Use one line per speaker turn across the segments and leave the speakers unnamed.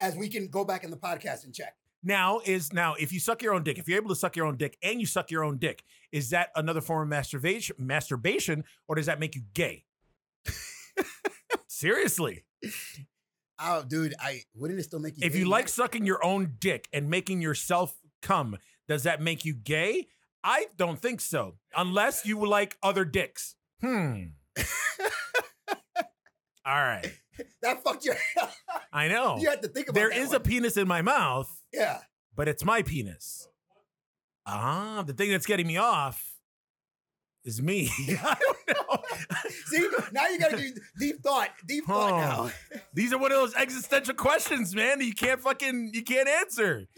as we can go back in the podcast and check.
Now is now if you suck your own dick, if you're able to suck your own dick and you suck your own dick, is that another form of masturbation masturbation or does that make you gay? Seriously.
Oh, dude, I wouldn't it still make you?
If
gay?
you like sucking your own dick and making yourself come, does that make you gay? I don't think so. Unless you like other dicks. Hmm. All right.
that, fucked your.
I know.
you had to think about.
Oh. There
that
is a
one.
penis in my mouth,
yeah.
but it's my penis. Ah, the thing that's getting me off is me. I don't know.
See, now you gotta do deep thought, deep thought
Oh.
now.
These are one of those existential questions, man, that you can't fucking you can't answer.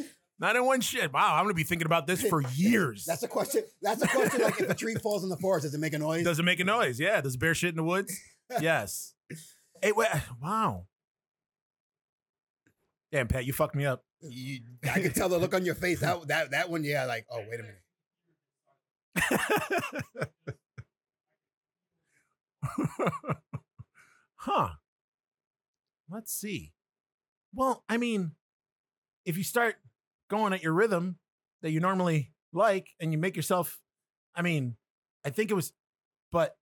Not in one shit. Wow, I'm gonna be thinking about this for years.
That's a question. That's a question. Like if a tree falls in the forest, does it make a noise?
Does it make a noise? Yeah. Does a bear shit in the woods? yes. Hey, wait, wow. Damn, Pat, you fucked me up.
You- I could tell the look on your face. That that that one, yeah. Like, oh wait a minute.
huh. Let's see. Well, I mean, if you start going at your rhythm that you normally like and you make yourself, I mean, I think it was, but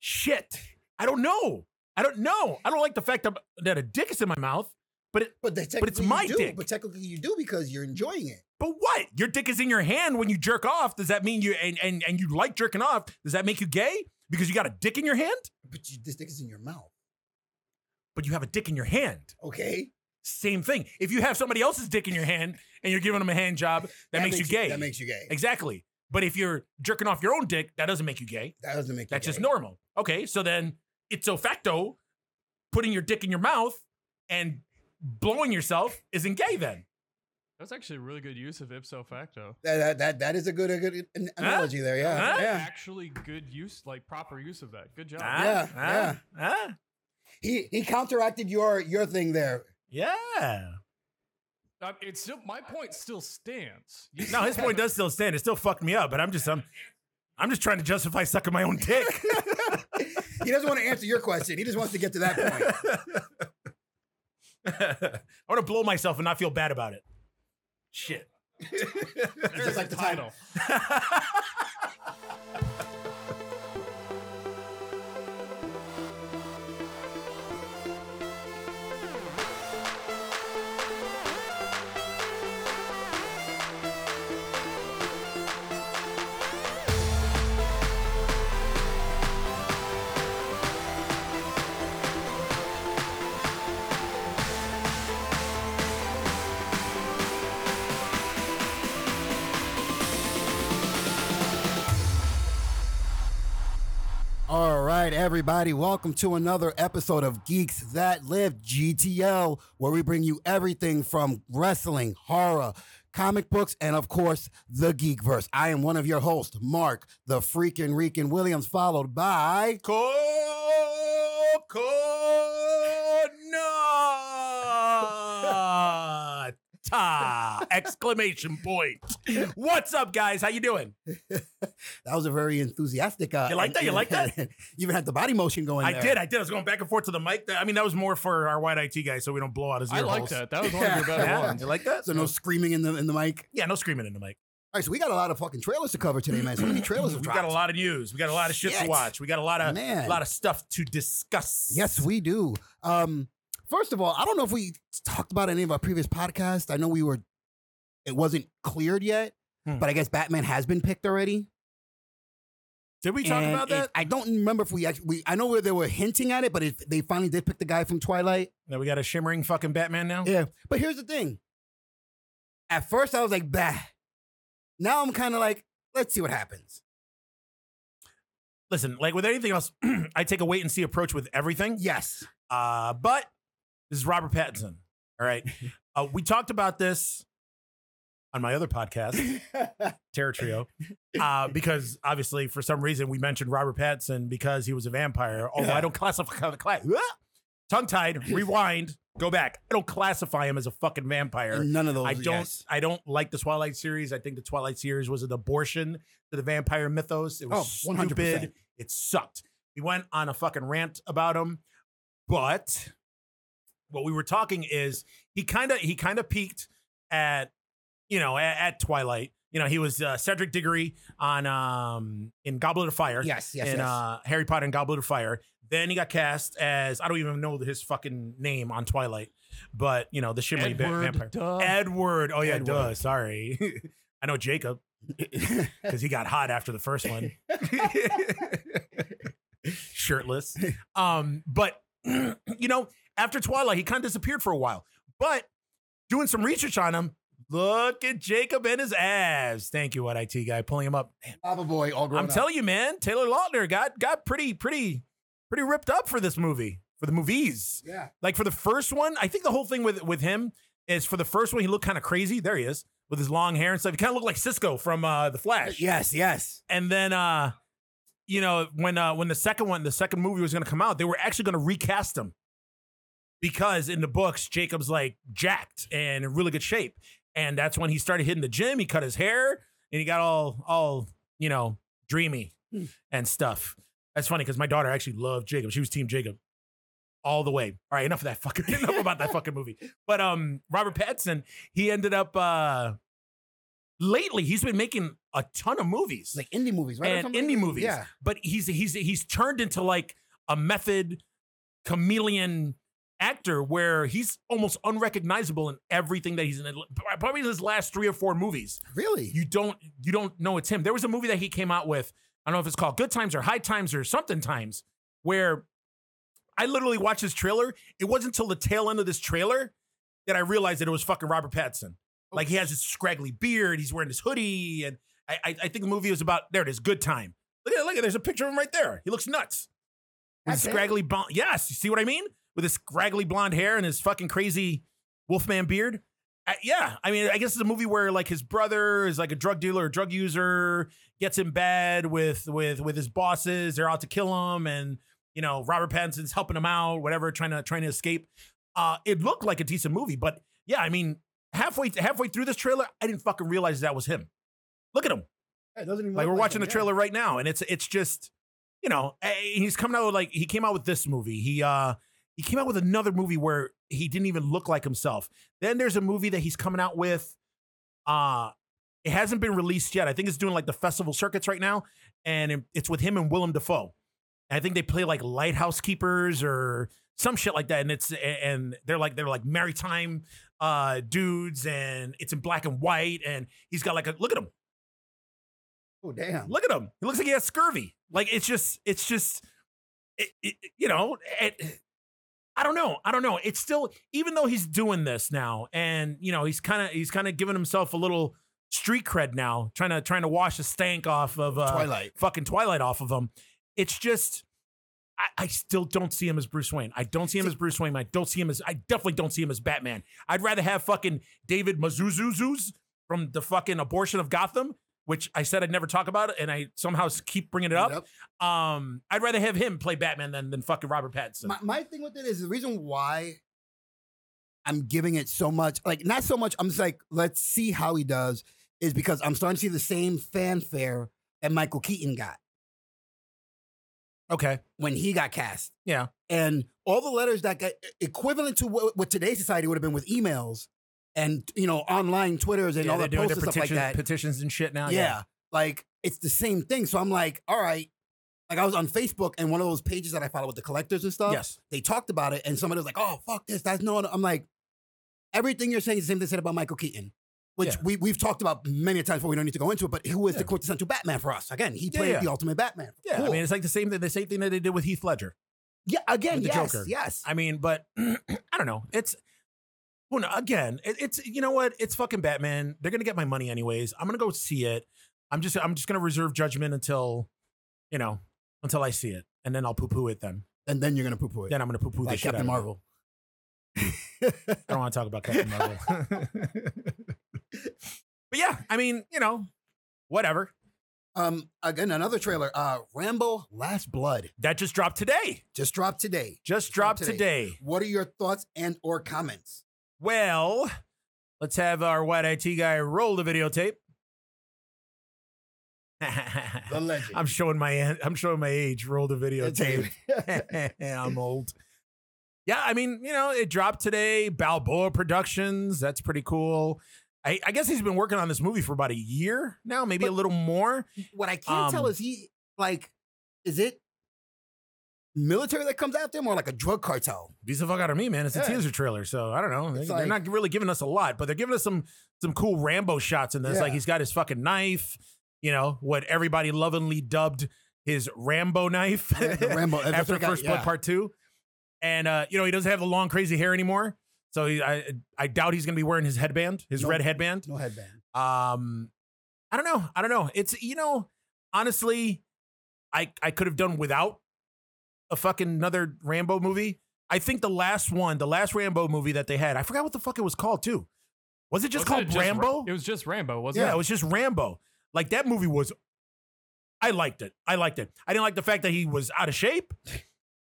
shit. I don't know. I don't know. I don't like the fact that, that a dick is in my mouth.
But they technically you
my
do,
dick.
But technically you do because you're enjoying it.
But what? Your dick is in your hand when you jerk off. Does that mean you and, and, and you like jerking off? Does that make you gay? Because you got a dick in your hand?
But you, this dick is in your mouth.
But you have a dick in your hand.
Okay.
Same thing. If you have somebody else's dick in your hand and you're giving them a hand job, that, makes, you gay.
That makes you gay.
exactly. But if you're jerking off your own dick, that doesn't make you gay.
That doesn't make.
That's
you
just
gay.
normal. Okay, so then ipso facto, putting your dick in your mouth and blowing yourself isn't gay then.
That's actually a really good use of ipso facto.
That, that that that is a good a good an- analogy there. Yeah.
Huh?
Yeah.
Actually, good use, like proper use of that. Good job.
Ah,
yeah.
ah,
He he counteracted your your thing there.
ah. yeah.
Uh, it's still, my point still stands. You
No, his
still
point does still stand. It still fucked me up, but I'm just I'm, I'm just trying to justify sucking my own dick.
He doesn't want to answer your question. He just wants to get to that point.
I want to blow myself and not feel bad about it. Shit.
haven't-
just like the title. All right, everybody, welcome to another episode of Geeks That Live GTL, where we bring you everything from wrestling, horror, comic books, and of course, the Geekverse. I am one of your hosts, Mark, the freaking Reekin Williams, followed by.
Coconut! Exclamation point. What's up, guys? How you doing?
That was a very enthusiastic. Uh,
You like that? You like that?
you even had the body motion going.
I
there.
did. I did. I was going back and forth to the mic. I mean, that was more for our white IT guy, so we don't blow out his ear
I like
holes.
that. That was one of your better
Yeah.
ones.
You like that?
So no screaming in the in the mic.
Yeah, no screaming in the mic.
All right, so we got a lot of fucking trailers to cover today, man. So many trailers have
We got a
dropped.
lot of news. We got a lot of shit to
Shit.
watch. We got a lot of
Man.
a lot of stuff to discuss.
Yes, we do. Um, first of all, I don't know if we talked about any of our previous podcasts. I know we were, it wasn't cleared yet,
Hmm.
but I guess Batman has been picked already.
Did we talk
And
about
it-
that?
I don't remember if we actually. We, I know where they were hinting at it, but it, they finally did pick the guy from Twilight.
That we got a shimmering fucking Batman now.
Yeah, but here's the thing. At first, I was like, "Bah." Now I'm kind of like, "Let's see what happens."
Listen, like with anything else, I take a wait and see approach with everything.
Yes,
Uh, but this is Robert Pattinson. All right, uh, we talked about this on my other podcast, Terror Trio, uh, because obviously for some reason we mentioned Robert Pattinson because he was a vampire. Although I don't classify tongue tied. Rewind. Go back. I don't classify him as a fucking vampire.
none of those.
I don't.
yes.
I don't like the Twilight series. I think the Twilight series was an abortion to the vampire mythos. It was
Oh, 100%.
stupid. It sucked. We went on a fucking rant about him, but what we were talking is he kind of he kind of peaked at you know at, at Twilight. You know, he was uh, Cedric Diggory on um in Goblet of Fire.
Yes, yes,
in
yes.
uh Harry Potter and Goblet of Fire. Then he got cast as I don't even know his fucking name on Twilight, but you know the shimmery va- vampire.
Edward, duh.
Edward. Oh yeah,
Edward.
duh. Sorry, I know Jacob because he got hot after the first one. Shirtless. Um, but you know, after Twilight, he kind of disappeared for a while. But doing some research on him, look at Jacob and his abs. Thank you, what IT guy, pulling him up.
Baba Boy, all grown
I'm
up.
telling you, man, Taylor Lautner got got pretty, pretty, pretty ripped up for this movie, for the movies
yeah.
like for the first one, I think the whole thing with with him is for the first one he looked kind of crazy. There he is with his long hair and stuff. He kind of looked like Cisco from uh, the Flash.
Yes, yes.
And then uh, you know when uh, when the second one, the second movie was going to come out, they were actually going to recast him because in the books Jacob's like jacked and in really good shape, and that's when he started hitting the gym. He cut his hair and he got all all you know dreamy and stuff. That's funny because my daughter actually loved Jacob. She was Team Jacob all the way. All right, enough of that fucking enough about that fucking movie. But um, Robert Pattinson, he ended up uh, lately he's been making a ton of movies
It's like indie movies, right? Or
and
something?
indie movies.
Yeah.
But he's he's he's turned into like a method chameleon actor where he's almost unrecognizable in everything that he's in. Probably his last three or four movies
Really?
you don't you don't know it's him. There was a movie that he came out with. I don't know if it's called Good Times or High Times or something times, where I literally watched this trailer. It wasn't until the tail end of this trailer that I realized that it was fucking Robert Pattinson. Like he has this scraggly beard, he's wearing this hoodie, and I, I, I think the movie was about there. It is Good Time. Look at it, look at it. There's a picture of him right there. He looks nuts. With
That's it?
scraggly blonde. Yes, you see what I mean? With his scraggly blonde hair and his fucking crazy Wolfman beard. I- yeah, I mean, I guess it's a movie where like his brother is like a drug dealer, or drug user, gets in bad with with with his bosses. They're out to kill him, and you know Robert Pattinson's helping him out, whatever, trying to trying to escape. Uh, it looked like a decent movie, but yeah, I mean, halfway halfway through this trailer, I didn't fucking realize that was him. Look at him.
Yeah, it doesn't even
Like
look
we're watching
him,
the trailer right now, and it's it's just, you know, eh, he's coming out with like he came out with this movie. He uh he came out with another movie where he didn't even look like himself. Then there's a movie that he's coming out with. Uh it hasn't been released yet. I think it's doing like the festival circuits right now, and it- it's with him and Willem Dafoe. And I think they play like lighthouse keepers or some shit like that, and it's a- and they're like they're like maritime uh dudes, and it's in black and white, and he's got like a look at him.
Oh, damn.
Look at him. He looks like he has scurvy. Like it's just, it's just, it, it, you know, it, I don't know. I don't know. It's still, even though he's doing this now, and you know, he's kind of, he's kind of giving himself a little street cred now, trying to, trying to wash the stank off of uh,
Twilight.
fucking Twilight off of him. It's just, I, I still don't see him as Bruce Wayne. I don't see him as Bruce Wayne. I don't see him as, I definitely don't see him as Batman. I'd rather have fucking David Mazuzuz from the fucking abortion of Gotham, which I said I'd never talk about, and I somehow s- keep bringing it up. Um, I'd rather have him play Batman than than fucking Robert Pattinson.
My, my thing with it is the reason why I'm giving it so much, like not so much. I'm just like, let's see how he does, is because I'm starting to see the same fanfare that Michael Keaton got
okay,
when he got cast.
Yeah.
and all the letters that got e-, equivalent to what, what today's society would have been with emails and you know online Twitters and all
they're
that posts and stuff like
petition-
that.
petitions and shit now.
yeah. Like it's the same thing. So I'm like, all right. Like I was on Facebook and one of those pages that I follow with the collectors and
yeah.
stuff.
yes,
They talked about it and somebody was like, oh fuck this. That's no one. I'm like, everything you're saying is the same thing said about Michael Keaton. Which
Yeah.
we, we've talked about many times before we don't need to go into it, but who is
Yeah.
the quintessential Batman for us? Again, he
Yeah,
played
yeah.
the ultimate Batman.
yeah. I
Cool.
mean, it's like the same thing, the same thing that they did with Heath Ledger.
yeah, again,
with the
yes,
Joker.
yes.
I mean, but I don't know. It's well, no, again, it, it's you know what? It's fucking Batman. They're gonna get my money anyways. I'm gonna go see it. I'm just I'm just gonna reserve judgment until you know until I see it, and then I'll poo poo it. Then
and then you're gonna poo poo it.
then I'm gonna poo poo the
like
shit out
Captain
of it.
Marvel.
I don't want to talk about Captain Marvel. but yeah, I mean, you know, whatever.
Um, again, another trailer. Uh, Rambo: Last Blood
That just dropped today.
just dropped today.
Just
Dropped
dropped today.
What are your thoughts and or comments?
Well, let's have our white IT guy roll the videotape.
The legend.
I'm showing my I'm showing my age. Roll the videotape.
Dave.
I'm old. yeah, I mean, you know, it dropped today. Balboa Productions. That's pretty cool. I, I guess he's been working on this movie for about a year now, maybe a little more.
What I can't tell
Um,
is he like, is it military that comes after him or like a drug cartel?
These the fuck out of me, man. It's a
Yeah.
teaser trailer, so I don't know. They,
It's
are not really giving us a lot, but they're giving us some some cool Rambo shots in this. Like
Yeah.
he's got his fucking knife, you know, what everybody lovingly dubbed his Rambo knife
The Rambo that's
after
what I got-
First Blood
yeah.
Part Two. And uh, you know, he doesn't have the long crazy hair anymore, so he, I I doubt he's gonna be wearing his headband, his
Nope.
red headband.
No headband.
Um, I don't know. I don't know. It's you know, honestly, I I could have done without a fucking another Rambo movie. I think the last one, the last Rambo movie that they had, I forgot what the fuck it was called too. Was it just
Wasn't
called
it Ra-
Rambo?
it was just Rambo, wasn't
yeah, it
it?
was just Rambo. Like that movie was. I liked it. I liked it. I didn't like the fact that he was out of shape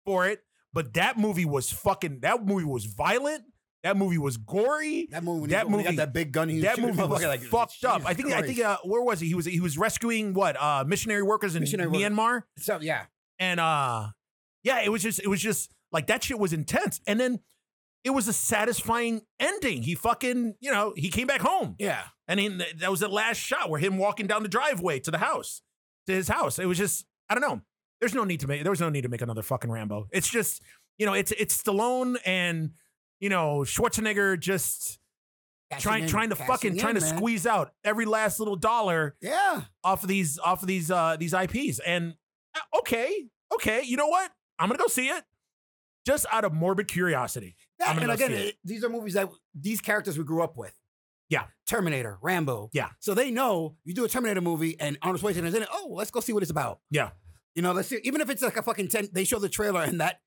for it, but that movie was fucking. That movie was violent. That movie was gory
That movie. When
That
he, when he
movie-
got that big gun. He was
that
shooting
movie was
motherfucker, like,
fucked up. I think
Jesus
I think
Christ.
uh, where was he? He was he was rescuing what uh, missionary workers in
Missionary worker.
Myanmar,
so yeah.
and uh, yeah, it was just it was just like that shit was intense. And then it was a satisfying ending. He fucking you know he came back home,
Yeah.
and he, that was the last shot where him walking down the driveway to the house to his house. It was just I don't know. There's no need to make there was no need to make another fucking Rambo. It's just you know it's it's Stallone and you know Schwarzenegger just trying trying to fucking trying to squeeze out every last little dollar
Yeah.
off of these off of these uh these IPs. And uh, okay, okay, you know what? I'm gonna go see it just out of morbid curiosity.
That-
I'm gonna
and
go
again,
see it.
it- these are movies that these characters we grew up with.
Yeah.
Terminator, Rambo.
Yeah.
So they know you do a Terminator movie and Arnold Schwarzenegger's in it. Oh, let's go see what it's about.
Yeah.
You know, let's see. Even if it's like a fucking 10, they show the trailer and that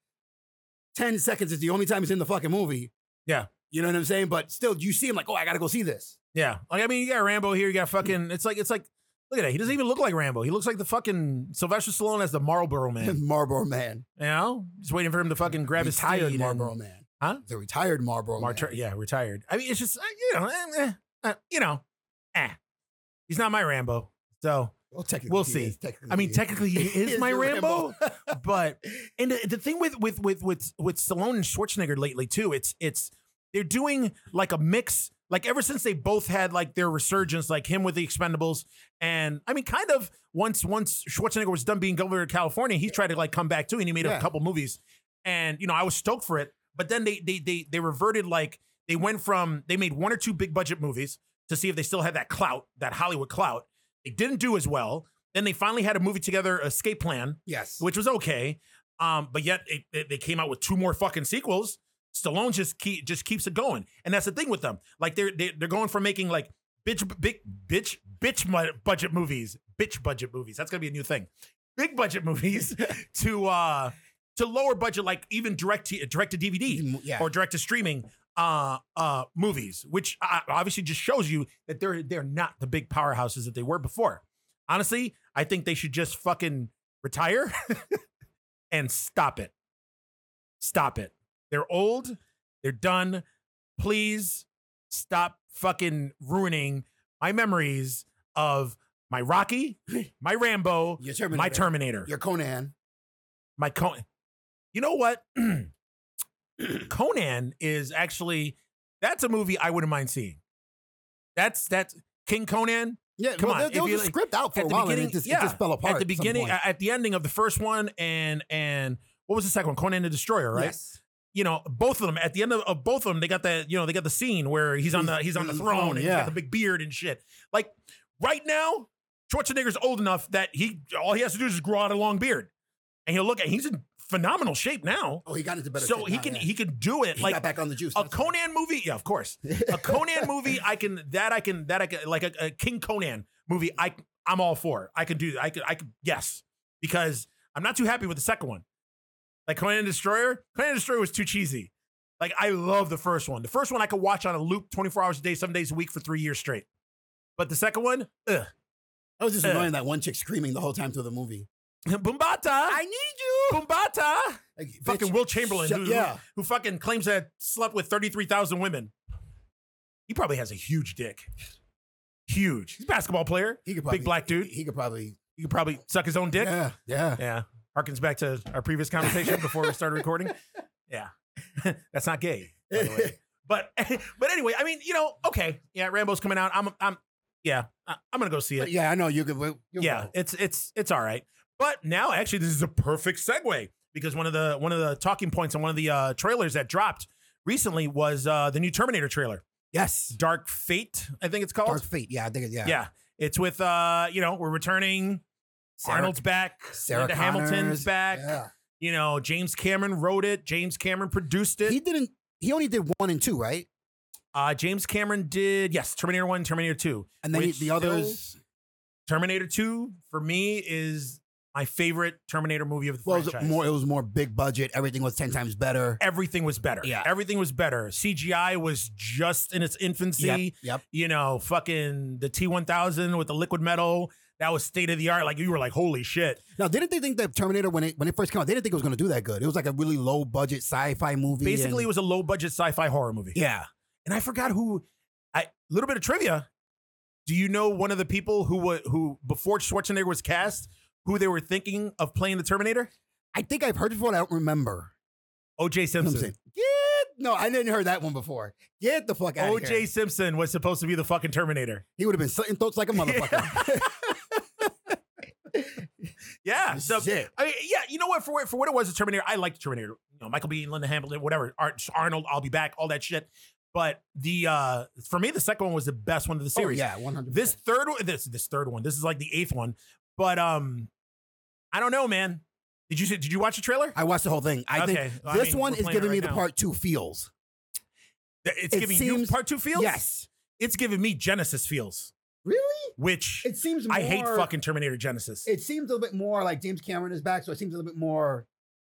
10 seconds is the only time it's in the fucking movie.
Yeah.
You know what I'm saying? But still, you see him like, oh, I got to go see this.
Yeah, like I mean, you got Rambo here. You got fucking. It's like it's like look at that. He doesn't even look like Rambo. He looks like the fucking Sylvester Stallone as the Marlboro Man.
Marlboro Man.
You know, just waiting for him to fucking grab his
retired
steed
Marlboro
and-
Man.
Huh?
The retired Marlboro
Mar-
Man.
yeah, retired. I mean, it's just uh, you know, eh, eh, eh, you know, eh. He's not my Rambo. So
Well, Oh, technically
We'll
he
see.
is. Technically
I mean,
he
technically he is
He
my
your
Rambo, but and the, the thing with with with with with Stallone and Schwarzenegger lately too, it's it's they're doing like a mix. Like ever since they both had like their resurgence, like him with the Expendables, and I mean, kind of once once Schwarzenegger was done being governor of California, he tried to like come back too, and he made
Yeah.
a couple movies, and you know I was stoked for it. But then they they they they reverted like they went from they made one or two big budget movies to see if they still had that clout, that Hollywood clout. They didn't do as well. Then they finally had a movie together, Escape Plan,
Yes.
which was okay. Um, but yet it, it- they came out with two more fucking sequels. Stallone just keep, just keeps it going, and that's the thing with them. Like they're they're, they're going from making like bitch big bitch bitch mu- budget movies, bitch budget movies. That's gonna be a new thing. Big budget movies to uh to lower budget, like even direct to, direct to DVD
Mm, yeah.
or direct to streaming uh uh movies which uh, obviously just shows you that they're they're not the big powerhouses that they were before honestly i think they should just fucking retire and stop it stop it they're old they're done please stop fucking ruining my memories of my rocky my rambo
your Terminator.
my terminator
Your Conan.
my Conan. You know what? Conan is actually that's a movie I wouldn't mind seeing. That's that's King Conan.
Yeah,
Come
well,
on,
there,
if
there was
you
a
like-
script out for
at
a
the
while, and
beginning-
it just,
yeah,
it just fell apart
at the
some
beginning,
point.
a- at the ending of the first one, and and what was the second one? Conan the Destroyer, uh, right?
Yes.
You know, both of them at the end of, of both of them, they got that. You know, they got the scene where he's on the he's on the throne, and he's
yeah.
got the big beard and shit. Like right now, Schwarzenegger's old enough that he all he has to do is just grow out a long beard, and he'll look at he's in phenomenal shape now.
Oh, he got into better.
so
shape
he
now,
can
yeah.
he can do it
He
like
got back on the juice.
a
that's all.
Conan movie, yeah, of course. A Conan movie, I can that I can that I can like a, a King Conan movie. I I'm all for. I can do. I could I could yes because I'm not too happy with the second one. Like Conan Destroyer, Conan Destroyer was too cheesy. Like I love the first one. The first one I could watch on a loop 24 hours a day, seven days a week for three years straight. But the second one, ugh.
I was just
Uh.
annoying that one chick screaming the whole time through the movie.
Bumbata, I need you, Bumbata.
Like,
Fucking
bitch,
Will Chamberlain,
shut-
who-
yeah,
who fucking claims to have slept with 33,000 women. He probably has a huge dick. Huge. He's a basketball player.
he could probably
Big black dude.
He could probably
He could probably suck his own dick.
yeah yeah.
Yeah. Harkens back to our previous conversation before we started recording. Yeah. That's not gay, by the way. But but anyway, I mean, you know, okay, yeah, Rambo's coming out. I'm I'm yeah, I, I'm gonna go see
But
it.
yeah, I know you could. you
yeah,
know.
it's it's it's all right. But now, actually, this is a perfect segue because one of the one of the talking points on one of the uh, trailers that dropped recently was uh, the new Terminator trailer,
Yes.
Dark Fate, I think it's called.
Dark Fate. Yeah, I think. it- Yeah.
yeah. it's with uh, you know we're returning.
Sarah-
Arnold's back.
Sarah
Linda Hamilton's
Connors.
back.
Yeah.
You know, James Cameron wrote it. James Cameron produced it.
He didn't. He only did one and two, right?
Uh, James Cameron did yes, Terminator One, Terminator Two,
And then he,
Which
the others.
Terminator Two for me is my favorite Terminator movie of the
Well, it was
franchise.
more. It was more big budget. Everything was ten times better.
Everything was better.
Yeah.
everything was better. CGI was just in its infancy.
Yep. Yep.
You know, fucking the T one thousand with the liquid metal that was state of the art. Like you were like, holy shit.
Now, didn't they think that Terminator when it when it first came out, they didn't think it was going to do that good. It was like a really low budget sci-fi movie.
Basically,
and-
it was a low budget sci fi horror movie.
yeah.
and I forgot who. I little bit of trivia. Do you know one of the people who wa- who before Schwarzenegger was cast, who they were thinking of playing the Terminator?
I think I've heard it before. and I don't remember.
O.J.
I'm
Simpson.
saying, Get no, I didn't hear that one before. Get the fuck out.
O.J. Simpson was supposed to be the fucking Terminator.
He would have been slitting throats like a motherfucker.
Yeah. So
Shit.
I mean, yeah, you know what? For what for what it was, the Terminator. I liked the Terminator. You know, Michael Bean, Linda Hamilton, whatever. Ar- Arnold, I'll be back. All that shit. But the uh for me, the second one was the best one of the
Oh,
series.
yeah, one hundred.
This third one, this this third one, this is like the eighth one. But um, I don't know, man. Did you see- did you watch the trailer?
I watched the whole thing. I
Okay,
think
well, I
this
mean,
one
we're
is
playing it
giving me
right
the
now.
part two feels.
Th- It's
It
giving you
seems-
part two feels.
Yes.
it's giving me Genesis feels,
Really?
which
It seems.
I hate fucking Terminator Genesis.
It seems a little bit more like James Cameron is back, so it seems a little bit more.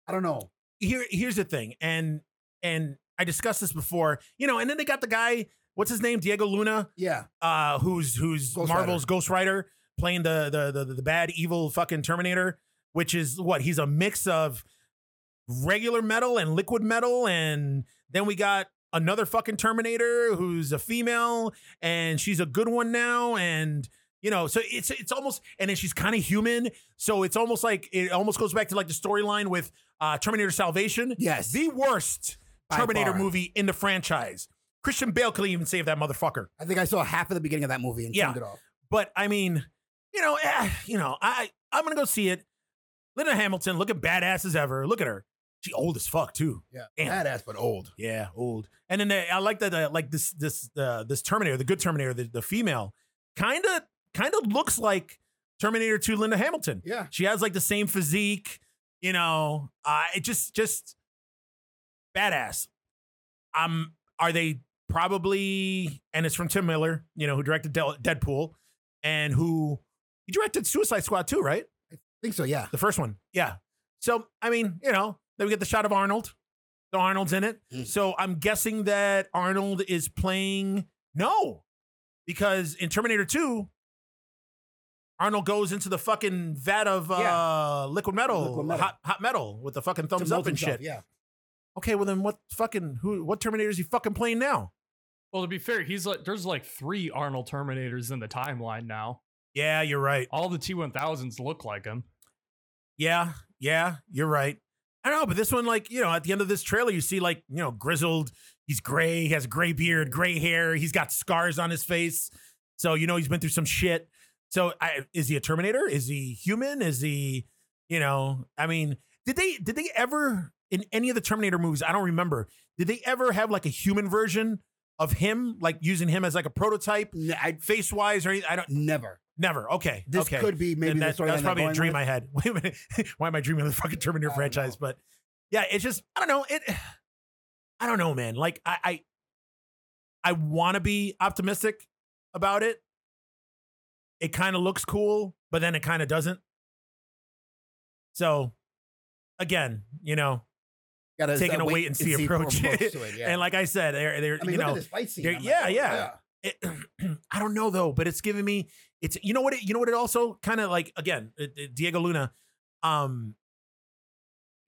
I don't know.
Here, here's the thing, and and I discussed this before, you know. And then they got the guy, what's his name, Diego Luna,
Yeah.
uh, who's who's
Ghost
Marvel's Ghost Rider, playing the the, the the bad evil fucking Terminator, which is what he's a mix of regular metal and liquid metal, and then we got another fucking Terminator who's a female, and she's a good one now, and you know, so it's it's almost, and then she's kind of human, so it's almost like it almost goes back to like the storyline with uh, Terminator Salvation,
Yes.
the worst
By
Terminator
far.
movie in the franchise. Christian Bale couldn't even save that motherfucker.
I think I saw half of the beginning of that movie and
Yeah.
turned it off.
But I mean, you know, eh, you know, I I'm gonna go see it. Linda Hamilton, looking badass as ever. Look at her. She old as fuck too.
Yeah.
Damn.
Badass, but old.
Yeah, old. And then they, I like that. Uh, like this this uh, this Terminator, the good Terminator, the, the female, kind of kind of looks like Terminator 2 Linda Hamilton.
Yeah.
She has like the same physique, you know. Uh, it just just badass. Um, are they probably? And it's from Tim Miller, you know, who directed Del- Deadpool, and who he directed Suicide Squad too, right?
I think so, yeah.
The first one, yeah. So I mean, you know, then we get the shot of Arnold. The Arnold's in it,
Mm.
so I'm guessing that Arnold is playing no, because in Terminator Two. Arnold goes into the fucking vat of uh, liquid metal,
Liquid metal.
Hot, hot metal, with the fucking thumbs
To
up
mold
and
himself,
shit.
Yeah.
Okay, well then, what fucking who? What Terminator is he fucking playing now?
Well, to be fair, he's like there's like three Arnold Terminators in the timeline now.
Yeah, you're right.
All the T1000s look like him.
Yeah, yeah, you're right. I don't know, but this one, like, you know, at the end of this trailer, you see, like, you know, grizzled. He's gray. He has gray beard, gray hair. He's got scars on his face. So, you know, he's been through some shit. So, I, is he a Terminator? Is he human? Is he, you know, I mean, did they, did they ever, in any of the Terminator movies, I don't remember, did they ever have like a human version of him, like using him as like a prototype,
N- I
face wise or anything? I don't,
never.
never. Okay.
This
okay
could be maybe
and
the
that,
story
that's probably a
going
dream
with.
I had. Wait a minute, why am I dreaming of the fucking Terminator
I don't
franchise?
know.
But yeah, it's just I don't know. It, I don't know, man. Like I, I, I want to be optimistic about it. It kind of looks cool, but then it kind of doesn't. So, again, you know,
Gotta, uh,
taking a wait and see approach.
to it, yeah.
and like I said, they're, they're
I mean,
you
look
know,
at this fight scene.
they're-
I'm
yeah,
oh,
yeah. it, I don't know though, but it's giving me it's you know what it, you know what it also kind of like again uh, uh, Diego Luna, um,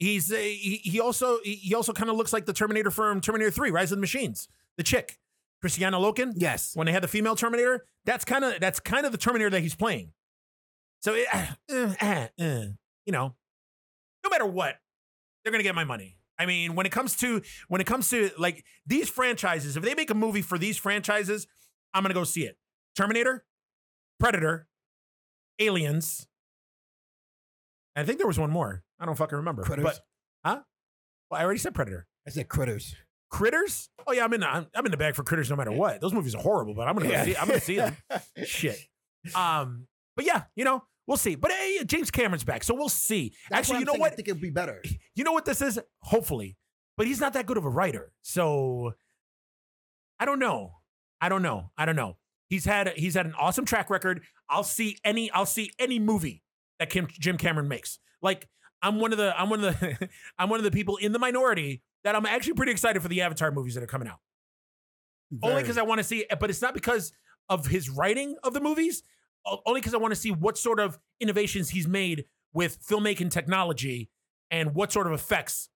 he's uh, he, he also he he also kind of looks like the Terminator from Terminator Three: Rise of the Machines, the chick Christiana Loken
Yes.
when they had the female Terminator. That's kind of that's kind of the Terminator that he's playing. So it, uh, uh, uh, you know, no matter what, they're gonna get my money. I mean, when it comes to when it comes to like these franchises, if they make a movie for these franchises, I'm gonna go see it. Terminator, Predator, Aliens. I think there was one more. I don't fucking remember.
Critters.
But huh? Well, I already said Predator.
I said critters.
Critters? Oh yeah, I'm in. The, I'm, I'm in the bag for Critters no matter what. Those movies are horrible, but I'm gonna go see. I'm gonna see them. Shit. Um. But yeah, you know, we'll see. But hey, James Cameron's back, so we'll see.
That's
Actually,
I'm
you know
saying,
what?
I think it'd be better.
you know what this is? Hopefully. But he's not that good of a writer. So I don't know. I don't know. I don't know. He's had he's had an awesome track record. I'll see any I'll see any movie that Kim, Jim Cameron makes. Like I'm one of the I'm one of the I'm one of the people in the minority that I'm actually pretty excited for the Avatar movies that are coming out. Only because I want to see, eh, but it's not because of his writing of the movies. o- Only because I want to see what sort of innovations he's made with filmmaking technology and what sort of effects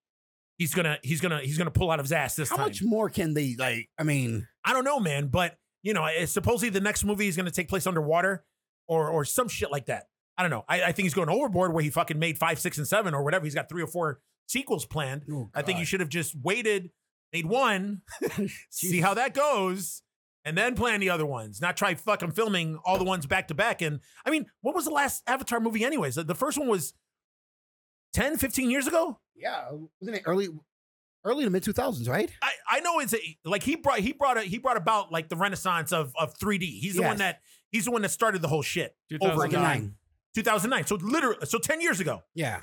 he's gonna he's gonna he's gonna pull out of his ass this
How
time.
much more can they like? I mean,
I don't know, man, but you know, it's supposedly the next movie is gonna take place underwater or or some shit like that. I don't know. I, I think he's going overboard where he fucking made five, six, and seven or whatever. He's got three or four sequels planned.
oh,
I think
God.
you should have just waited, made one, see how that goes, and then plan the other ones. Not try fucking filming all the ones back to back. And I mean, what was the last Avatar movie, anyways? The- The first one was 10, 15 years ago.
Yeah, wasn't it early, early to mid two thousands, right?
I, I know it's a, like he brought he brought a, he brought about like the renaissance of of 3D. He's the one
Yes.
that he's the one that started the whole shit.
2009.
Over again. 2009. So literally so 10 years ago.
Yeah,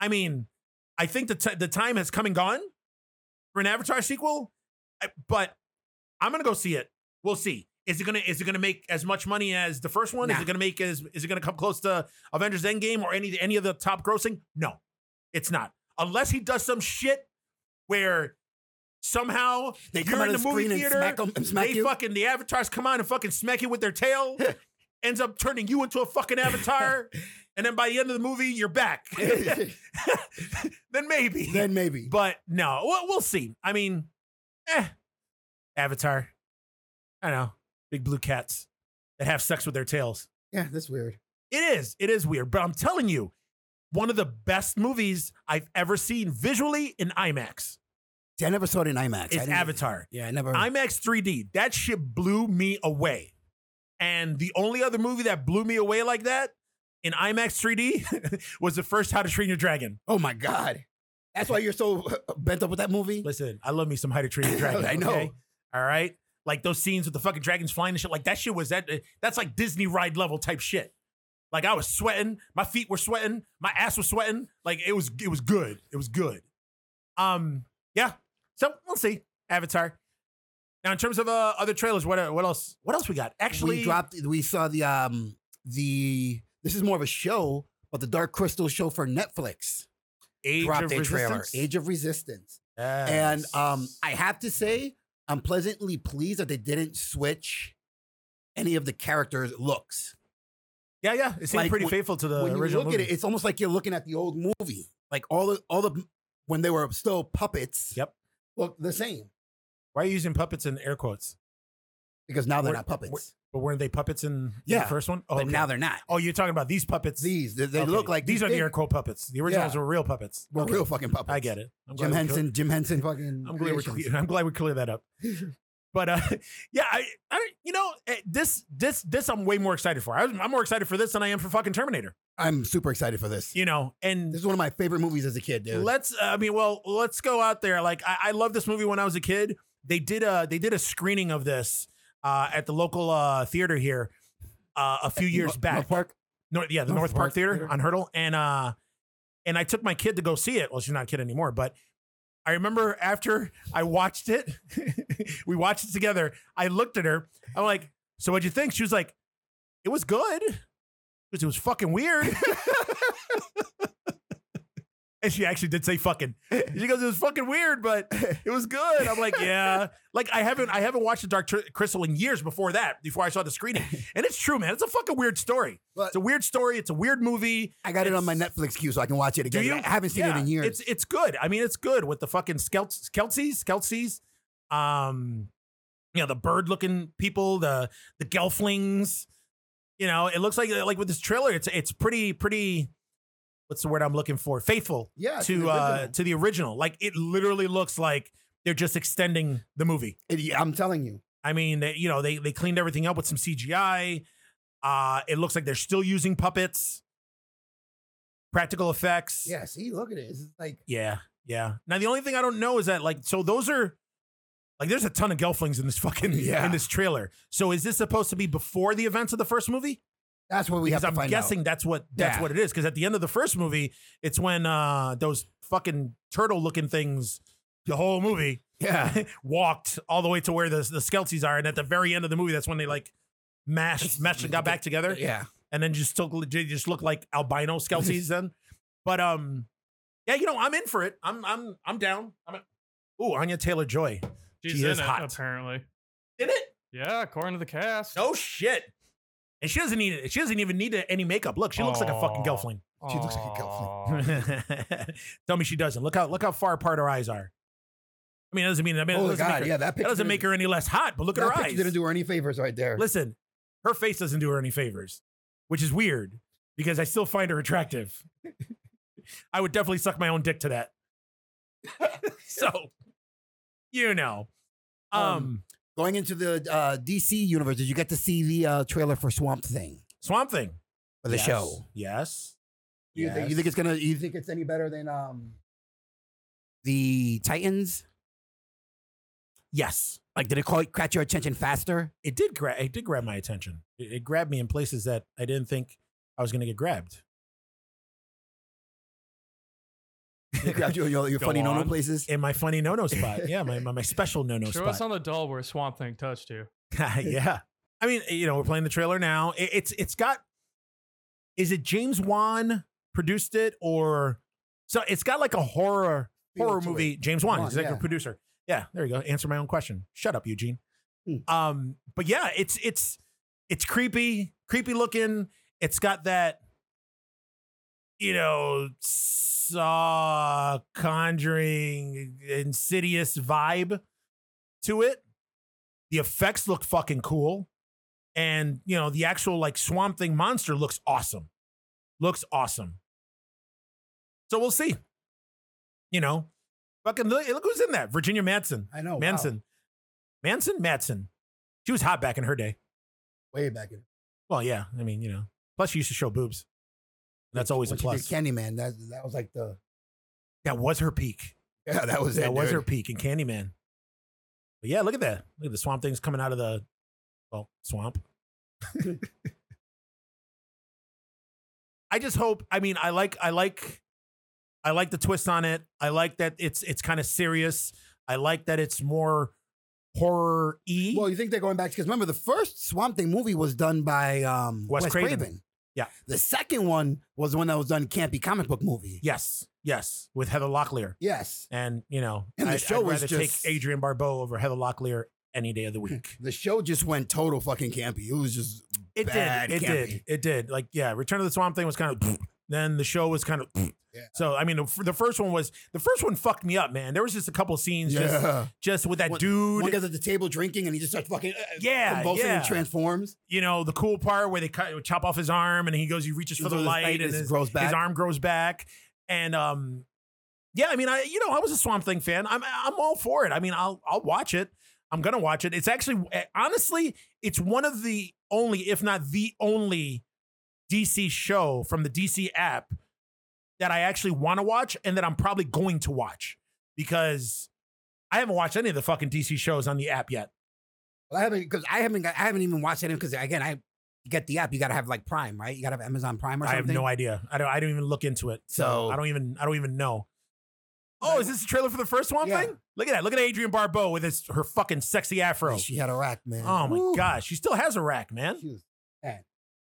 I mean, I think the t- the time has come and gone for an Avatar sequel, I- but I'm gonna go see it. We'll see. Is it gonna is it gonna make as much money as the first one? Is
Nah.
it gonna make as is it gonna come close to Avengers Endgame or any any of the top grossing? No, it's not. Unless he does some shit where somehow
they
You're
come out
in
of
the
the
movie
screen and
theater,
smack them and smack
they
you.
fucking the avatars come out and fucking smack you with their tail, ends up turning you into a fucking avatar, and then by the end of the movie you're back. then maybe.
then maybe.
But no, we'll, we'll see. I mean, eh, Avatar. I don't know. Big blue cats that have sex with their tails.
yeah, that's weird.
It is. It is weird. But I'm telling you, one of the best movies I've ever seen visually in IMAX
See, I never saw it in IMAX. I
is
didn't-
Avatar.
Yeah, I never.
IMAX 3D. That shit blew me away. And the only other movie that blew me away like that in IMAX 3D was the first How to Train Your Dragon.
oh my God, that's why you're so bent up with that movie.
Listen, I love me some How to Train Your Dragon.
I know.
okay? All right. Like those scenes with the fucking dragons flying and shit. Like that shit was that. That's like Disney ride level type shit. Like I was sweating, my feet were sweating, my ass was sweating. Like it was, it was good. It was good. Um, yeah. So we'll see. Avatar. Now, in terms of uh, other trailers, what what else? What else we got? Actually,
we dropped. We saw the um the. This is more of a show, but the Dark Crystal show for Netflix
Age
dropped
of
a trailer.
Resistance.
Age of Resistance.
Yes.
And um, I have to say, I'm pleasantly pleased that they didn't switch any of the characters' looks.
yeah, yeah, it seemed
like,
pretty
when-
faithful to the
when you
original
look
movie.
at it, it's almost like you're looking at the old movie. Like all the all the when they were still puppets.
Yep.
Look the same
Why are you using puppets in air quotes?
because now they're
We're-
not puppets,
But weren't they puppets in
Yeah,
the first one? Oh,
but
okay.
now they're not.
Oh, you're talking about these puppets.
These they, they
Okay.
look like
these are the
big-
air quote puppets. The originals
Yeah.
were real puppets.
were
Okay.
real fucking puppets.
I get it.
Jim
I'm glad we clear-
Henson, Jim Henson, fucking.
I'm glad we
creations.
clear, I'm glad we cleared that up. But uh, yeah, I, I don't- you know eh, this this this I'm way more excited for. I was, I'm more excited for this than I am for fucking Terminator.
I'm super excited for this.
You know, and
This is one of my favorite movies as a kid, dude.
Let's. uh, I mean, well, let's go out there. Like, I, I love this movie when I was a kid. They did a they did a screening of this uh, at the local uh, theater here uh, a few years
North-
back.
North Park.
North, yeah, the
North
North, Park,
Park
Theater,
Theater.
on Hurdle, and uh, and I took my kid to go see it. Well, she's not a kid anymore, but I remember after I watched it, we watched it together. I looked at her. I'm like, "So what'd you think?" She was like, "It was good." Because it was fucking weird. and she actually did say fucking. She goes, "It was fucking weird, but it was good." I'm like, "Yeah." Like I haven't I haven't watched the Dark Tr- Crystal in years before that, before I saw the screening. And it's true, man. It's a fucking weird story.
But-
it's a weird story. It's a weird movie.
I got it on my
It's-
Netflix queue so I can watch it again.
Do you?
I haven't seen it
Yeah,
in years.
It's it's good. I mean, it's good with the fucking Skelts- Skeltsies, Skeltsies. Um, you know, the bird looking people, the the gelflings. You know, it looks like like with this trailer, it's it's pretty pretty. what's the word I'm looking for? Faithful
Yeah, it's
to
the
uh,
original.
to the original. Like it literally looks like they're just extending the movie.
It- yeah, I'm telling you,
I mean, they, you know, they they cleaned everything up with some CGI. Uh, it looks like they're still using puppets, practical effects.
yeah. See, look at it. It's like
yeah, yeah. Now the only thing I don't know is that like, so those are like, there's a ton of Gelflings in this fucking
Yeah.
in this trailer. So is this supposed to be before the events of the first movie?
that's what we
because
have to
I'm
find
guessing
out.
that's what that's
Yeah.
what it is. Because at the end of the first movie, it's when uh those fucking turtle looking things, the whole movie,
Yeah,
walked all the way to where the the skelties are, and at the very end of the movie, that's when they like mashed mashed and got back together,
yeah.
and then just took they just look like albino skelties then. But um, yeah, you know, I'm in for it. I'm I'm I'm down. I'm. Ooh, Anya Taylor Joy.
She's
She
in
is
it,
hot.
apparently.
In it?
Yeah, according to the cast.
No shit. And she doesn't need it. She doesn't even need any makeup. Look, she looks like a fucking
Aw.
gelfling.
She looks like a
Aw.
Tell me she doesn't. Look how look how far apart her eyes are. I mean, it doesn't mean I mean, it
oh my
doesn't make
god,
her,
yeah. That
that
picture
doesn't make her any less hot. But look at
that
her
picture
eyes.
Didn't do her any favors right there.
Listen, her face doesn't do her any favors, which is weird because I still find her attractive. I would definitely suck my own dick to that. so, you know, um,
Um, Going into the uh, DC universe, did you get to see the uh, trailer for Swamp Thing
Swamp Thing
for the
Yes.
show?
Yes.
You, think, you think it's gonna? You think it's any better than um the Titans?
yes.
Like, did it call, catch your attention faster?
It did grab. It did grab my attention. It, it grabbed me in places that I didn't think I was going to get grabbed.
It grabbed you, your, your
Go
funny no no
on.
places.
in my funny no no spot. Yeah, my, my, my special no no
Show us
spot.
on the doll where Swamp Thing touched you.
yeah. I mean, you know, we're playing the trailer now. It, it's it's got is it James Wan produced it or so it's got like a horror
Feel
horror
to
movie.
it.
James Wan,
Wan,
executive
yeah.
producer. Yeah, there you go. Answer my own question. Shut up, Eugene.
Hmm.
Um, but yeah, it's it's it's creepy, creepy looking. It's got that, you know, saw conjuring insidious vibe to it. The effects look fucking cool. And you know, the actual like swamp thing monster looks awesome. Looks awesome. So we'll see. You know, fucking look, look who's in that. Virginia Madsen.
I know. Oh, wow.
Manson. Manson? Madsen. She was hot back in her day.
way back in.
Well, yeah. I mean, you know. Plus, she used to show boobs. That's always a
when she did
plus.
Candyman. That that was like the
That was her peak.
yeah. That was it.
That was her
dude.
peak in Candyman. But yeah, look at that. Look at the swamp things coming out of the, well, swamp. I just hope. I mean, I like, I like, I like the twist on it. I like that it's it's kind of serious. I like that it's more horror e.
Well, you think they're going back because remember the first Swamp Thing movie was done by um,
Wes
Wes,
Craven.
Craven.
Yeah.
The second one was the one that was done campy comic book movie.
Yes, yes, with Heather Locklear.
Yes.
And you know,
And the
I'd,
show
I'd
was
rather
just-
take Adrian Barbeau over Heather Locklear any day of the week.
The show just went total fucking campy. It was just
It
Bad
did, it did,
campy.
it did. Like, yeah, Return of the Swamp Thing was kind of. Then the show was kind of.
Yeah.
So I mean, the, f- the first one was the first one fucked me up, man. There was just a couple scenes just
yeah.
just with that
One-
dude.
One guy's at the table drinking and he just starts fucking uh,
Yeah,
convulsing
yeah.
and transforms.
you know, the cool part where they cut, chop off his arm and he goes, he reaches for the
His
light and
tightness
his,
grows back.
his arm grows back. And um, yeah, I mean, I you know, I was a Swamp Thing fan. I'm I'm all for it. I mean, I'll I'll watch it. I'm gonna watch it. It's actually eh, honestly, it's one of the only, if not the only, DC show from the DC app that I actually want to watch and that I'm probably going to watch because I haven't watched any of the fucking DC shows on the app yet.
Well, I haven't because I haven't got, I haven't even watched it because again I you get the app you gotta have like Prime right you gotta have Amazon Prime or
I
something.
have no idea. I don't. I don't even look into it. So,
So-
I don't even. I don't even know. Oh, is this a trailer for the first Swamp
Yeah.
Thing? Look at that. Look at Adrian Barbeau with his her fucking sexy afro.
She had a rack, man.
Oh my
Woo.
gosh, she still has a rack, man.
She was-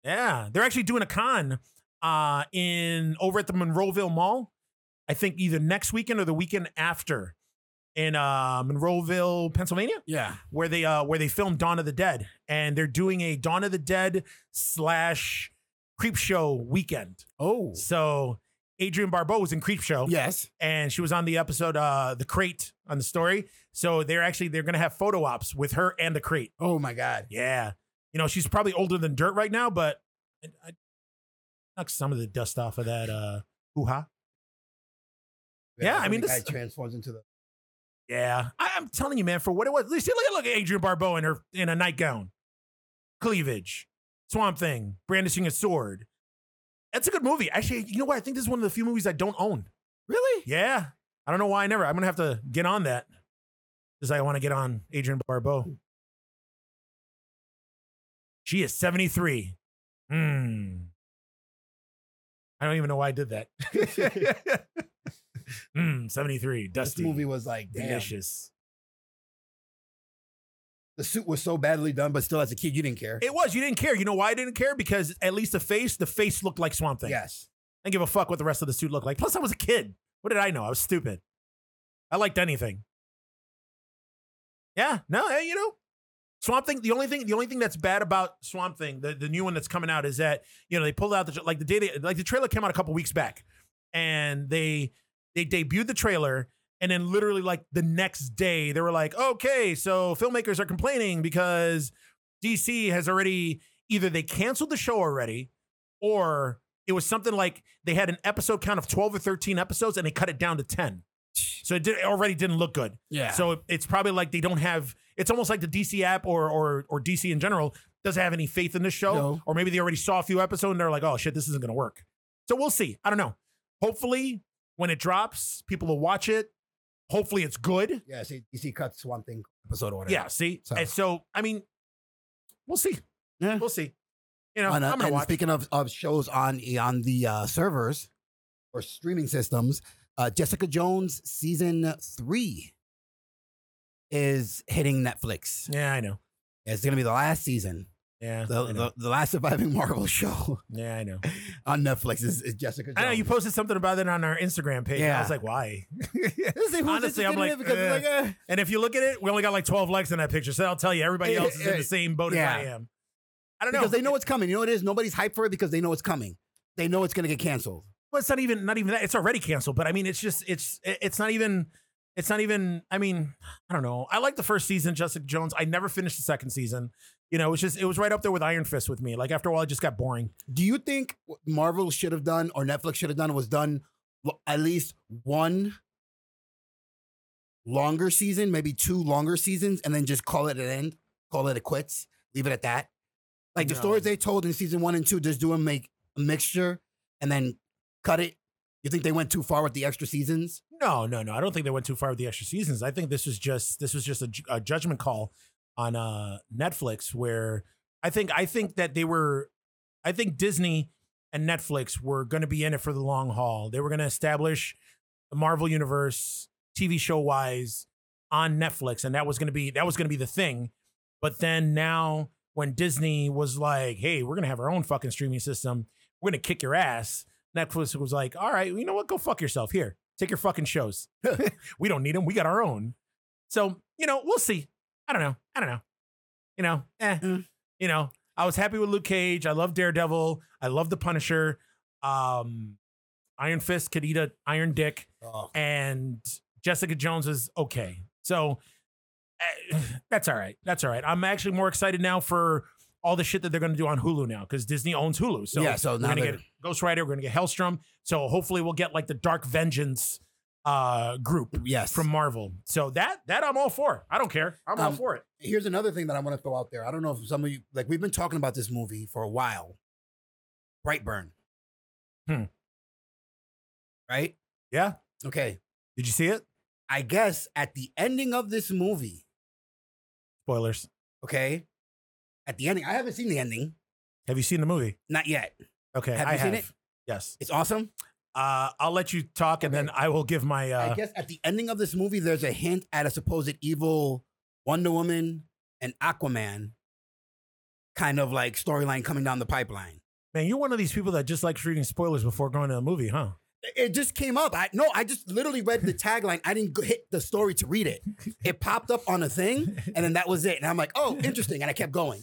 Yeah, they're actually doing a con uh in over at the Monroeville Mall. I think either next weekend or the weekend after in uh Monroeville, Pennsylvania
yeah.
where they uh where they filmed Dawn of the Dead, and they're doing a Dawn of the Dead slash Creep Show weekend.
Oh.
So Adrian Barbeau was in Creep Show,
Yes.
and she was on the episode uh the crate on the story. So they're actually they're gonna have photo ops with her and the crate.
Oh my god.
Yeah, you know she's probably older than dirt right now, but I, I knocked some of the dust off of that uh Hoo ha. Yeah, I mean,
the guy
this-
transforms into the.
Yeah, I, I'm telling you, man. For what it was, see, look, look at Adrian Barbeau in her in a nightgown, cleavage, Swamp Thing, brandishing a sword. That's a good movie. Actually, you know what? I think this is one of the few movies I don't own.
Really?
Yeah, I don't know why I never. I'm gonna have to get on that because I want to get on Adrian Barbeau. She is 73. Hmm. I don't even know why I did that. Hmm. 73.
This
Dusty.
movie was like, damn.
delicious.
The suit was so badly done, but still, as a kid, you didn't care.
It was. You didn't care. You know why I didn't care? Because at least the face, the face looked like Swamp Thing.
Yes.
I didn't give a fuck what the rest of the suit looked like. Plus, I was a kid. What did I know? I was stupid. I liked anything. Yeah. No. Hey, you know, Swamp Thing. The only thing, the only thing that's bad about Swamp Thing, the, the new one that's coming out, is that you know they pulled out the like the data like the trailer came out a couple weeks back, and they they debuted the trailer. And then literally like the next day, they were like, okay, so filmmakers are complaining because DC has already either they canceled the show already or it was something like they had an episode count of 12 or 13 episodes and they cut it down to 10. So it, did, it already didn't look good.
Yeah.
So it- it's probably like they don't have it's almost like the DC app or or or DC in general doesn't have any faith in this show
No.
or maybe they already saw a few episodes and they're like, "Oh shit, this isn't going to work." So we'll see. I don't know. Hopefully when it drops, people will watch it. Hopefully it's good.
yeah. See, DC cuts one thing episode or whatever.
Yeah, see?
So-
And so, I mean, we'll see.
Yeah.
We'll see. You know,
On, uh,
I'm going
and
to watch.
speaking of, of shows on on the uh, servers or streaming systems, uh, Jessica Jones season three is hitting Netflix.
yeah, I know.
It's gonna be the last season,
Yeah.
the,
I know.
the, the last surviving Marvel show
yeah, I know.
on Netflix is, is Jessica Jones.
I know you posted something about it on our Instagram page. I
Yeah.
was like, why?
This is who's
Honestly,
interested
I'm
in
like, uh,
it because it's like, eh.
And if you look at it, we only got like 12 likes on that picture. So I'll tell you, everybody else is in the same boat
Yeah.
as I am. I don't know.
because they know what's coming. You know what it is? Nobody's hyped for it because they know it's coming. They know it's gonna get canceled.
Well, it's not even not even that. It's already canceled. But I mean, it's just it's it's not even it's not even. I mean, I don't know. I like the first season, Jessica Jones. I never finished the second season. You know, it was just it was right up there with Iron Fist with me. Like after a while, it just got boring.
Do you think what Marvel should have done or Netflix should have done was done lo- at least one longer season, maybe two longer seasons, and then just call it an end, call it a quits, leave it at that? Like the
No.
stories they told in season one and two, just do a make a mixture and then cut it. You think they went too far with the extra seasons?
No, no, no. I don't think they went too far with the extra seasons. I think this was just this was just a, ju- a judgment call on uh, Netflix, where I think I think that they were, I think Disney and Netflix were going to be in it for the long haul. They were going to establish the Marvel universe TV show wise on Netflix, and that was going to be that was going to be the thing. But then now, when Disney was like, "Hey, we're going to have our own fucking streaming system. We're going to kick your ass," Netflix was like, "All right, you know what? Go fuck yourself. Here, take your fucking shows. we don't need them. We got our own." So you know, we'll see. I don't know. I don't know. You know, eh.
Mm.
You know, I was happy with Luke Cage. I love Daredevil. I love The Punisher. Um, Iron Fist could eat a iron dick
Oh.
and Jessica Jones is okay. So eh, that's all right. That's all right. I'm actually more excited now for all the shit that they're going to do on Hulu now because Disney owns Hulu. So
yeah, so
we're
now
going to
they're-
get Ghost Rider. We're going to get Hellstrom. So hopefully we'll get like the Dark Vengeance uh, group
yes.
from Marvel. So that that I'm all for. I don't care. I'm all
Um,
for it.
here's another thing that I want to throw out there. I don't know if some of you like we've been talking about this movie for a while. Brightburn.
Hmm.
Right?
Yeah.
Okay.
Did you see it?
I guess at the ending of this movie,
Spoilers.
okay? At the ending, I haven't seen the ending.
Have you seen the movie?
Not yet.
Okay,
Have
I
you seen it?
Yes.
It's awesome.
Uh, I'll let you talk, and
Okay.
then I will give my. Uh,
I guess at the ending of this movie, there's a hint at a supposed evil Wonder Woman and Aquaman kind of like storyline coming down the pipeline.
Man, you're one of these people that just likes reading spoilers before going to a movie, huh?
It just came up. I no, I just literally read the tagline. I didn't go- hit the story to read it. It popped up on a thing, and then that was it. And I'm like, oh, interesting. And I kept going.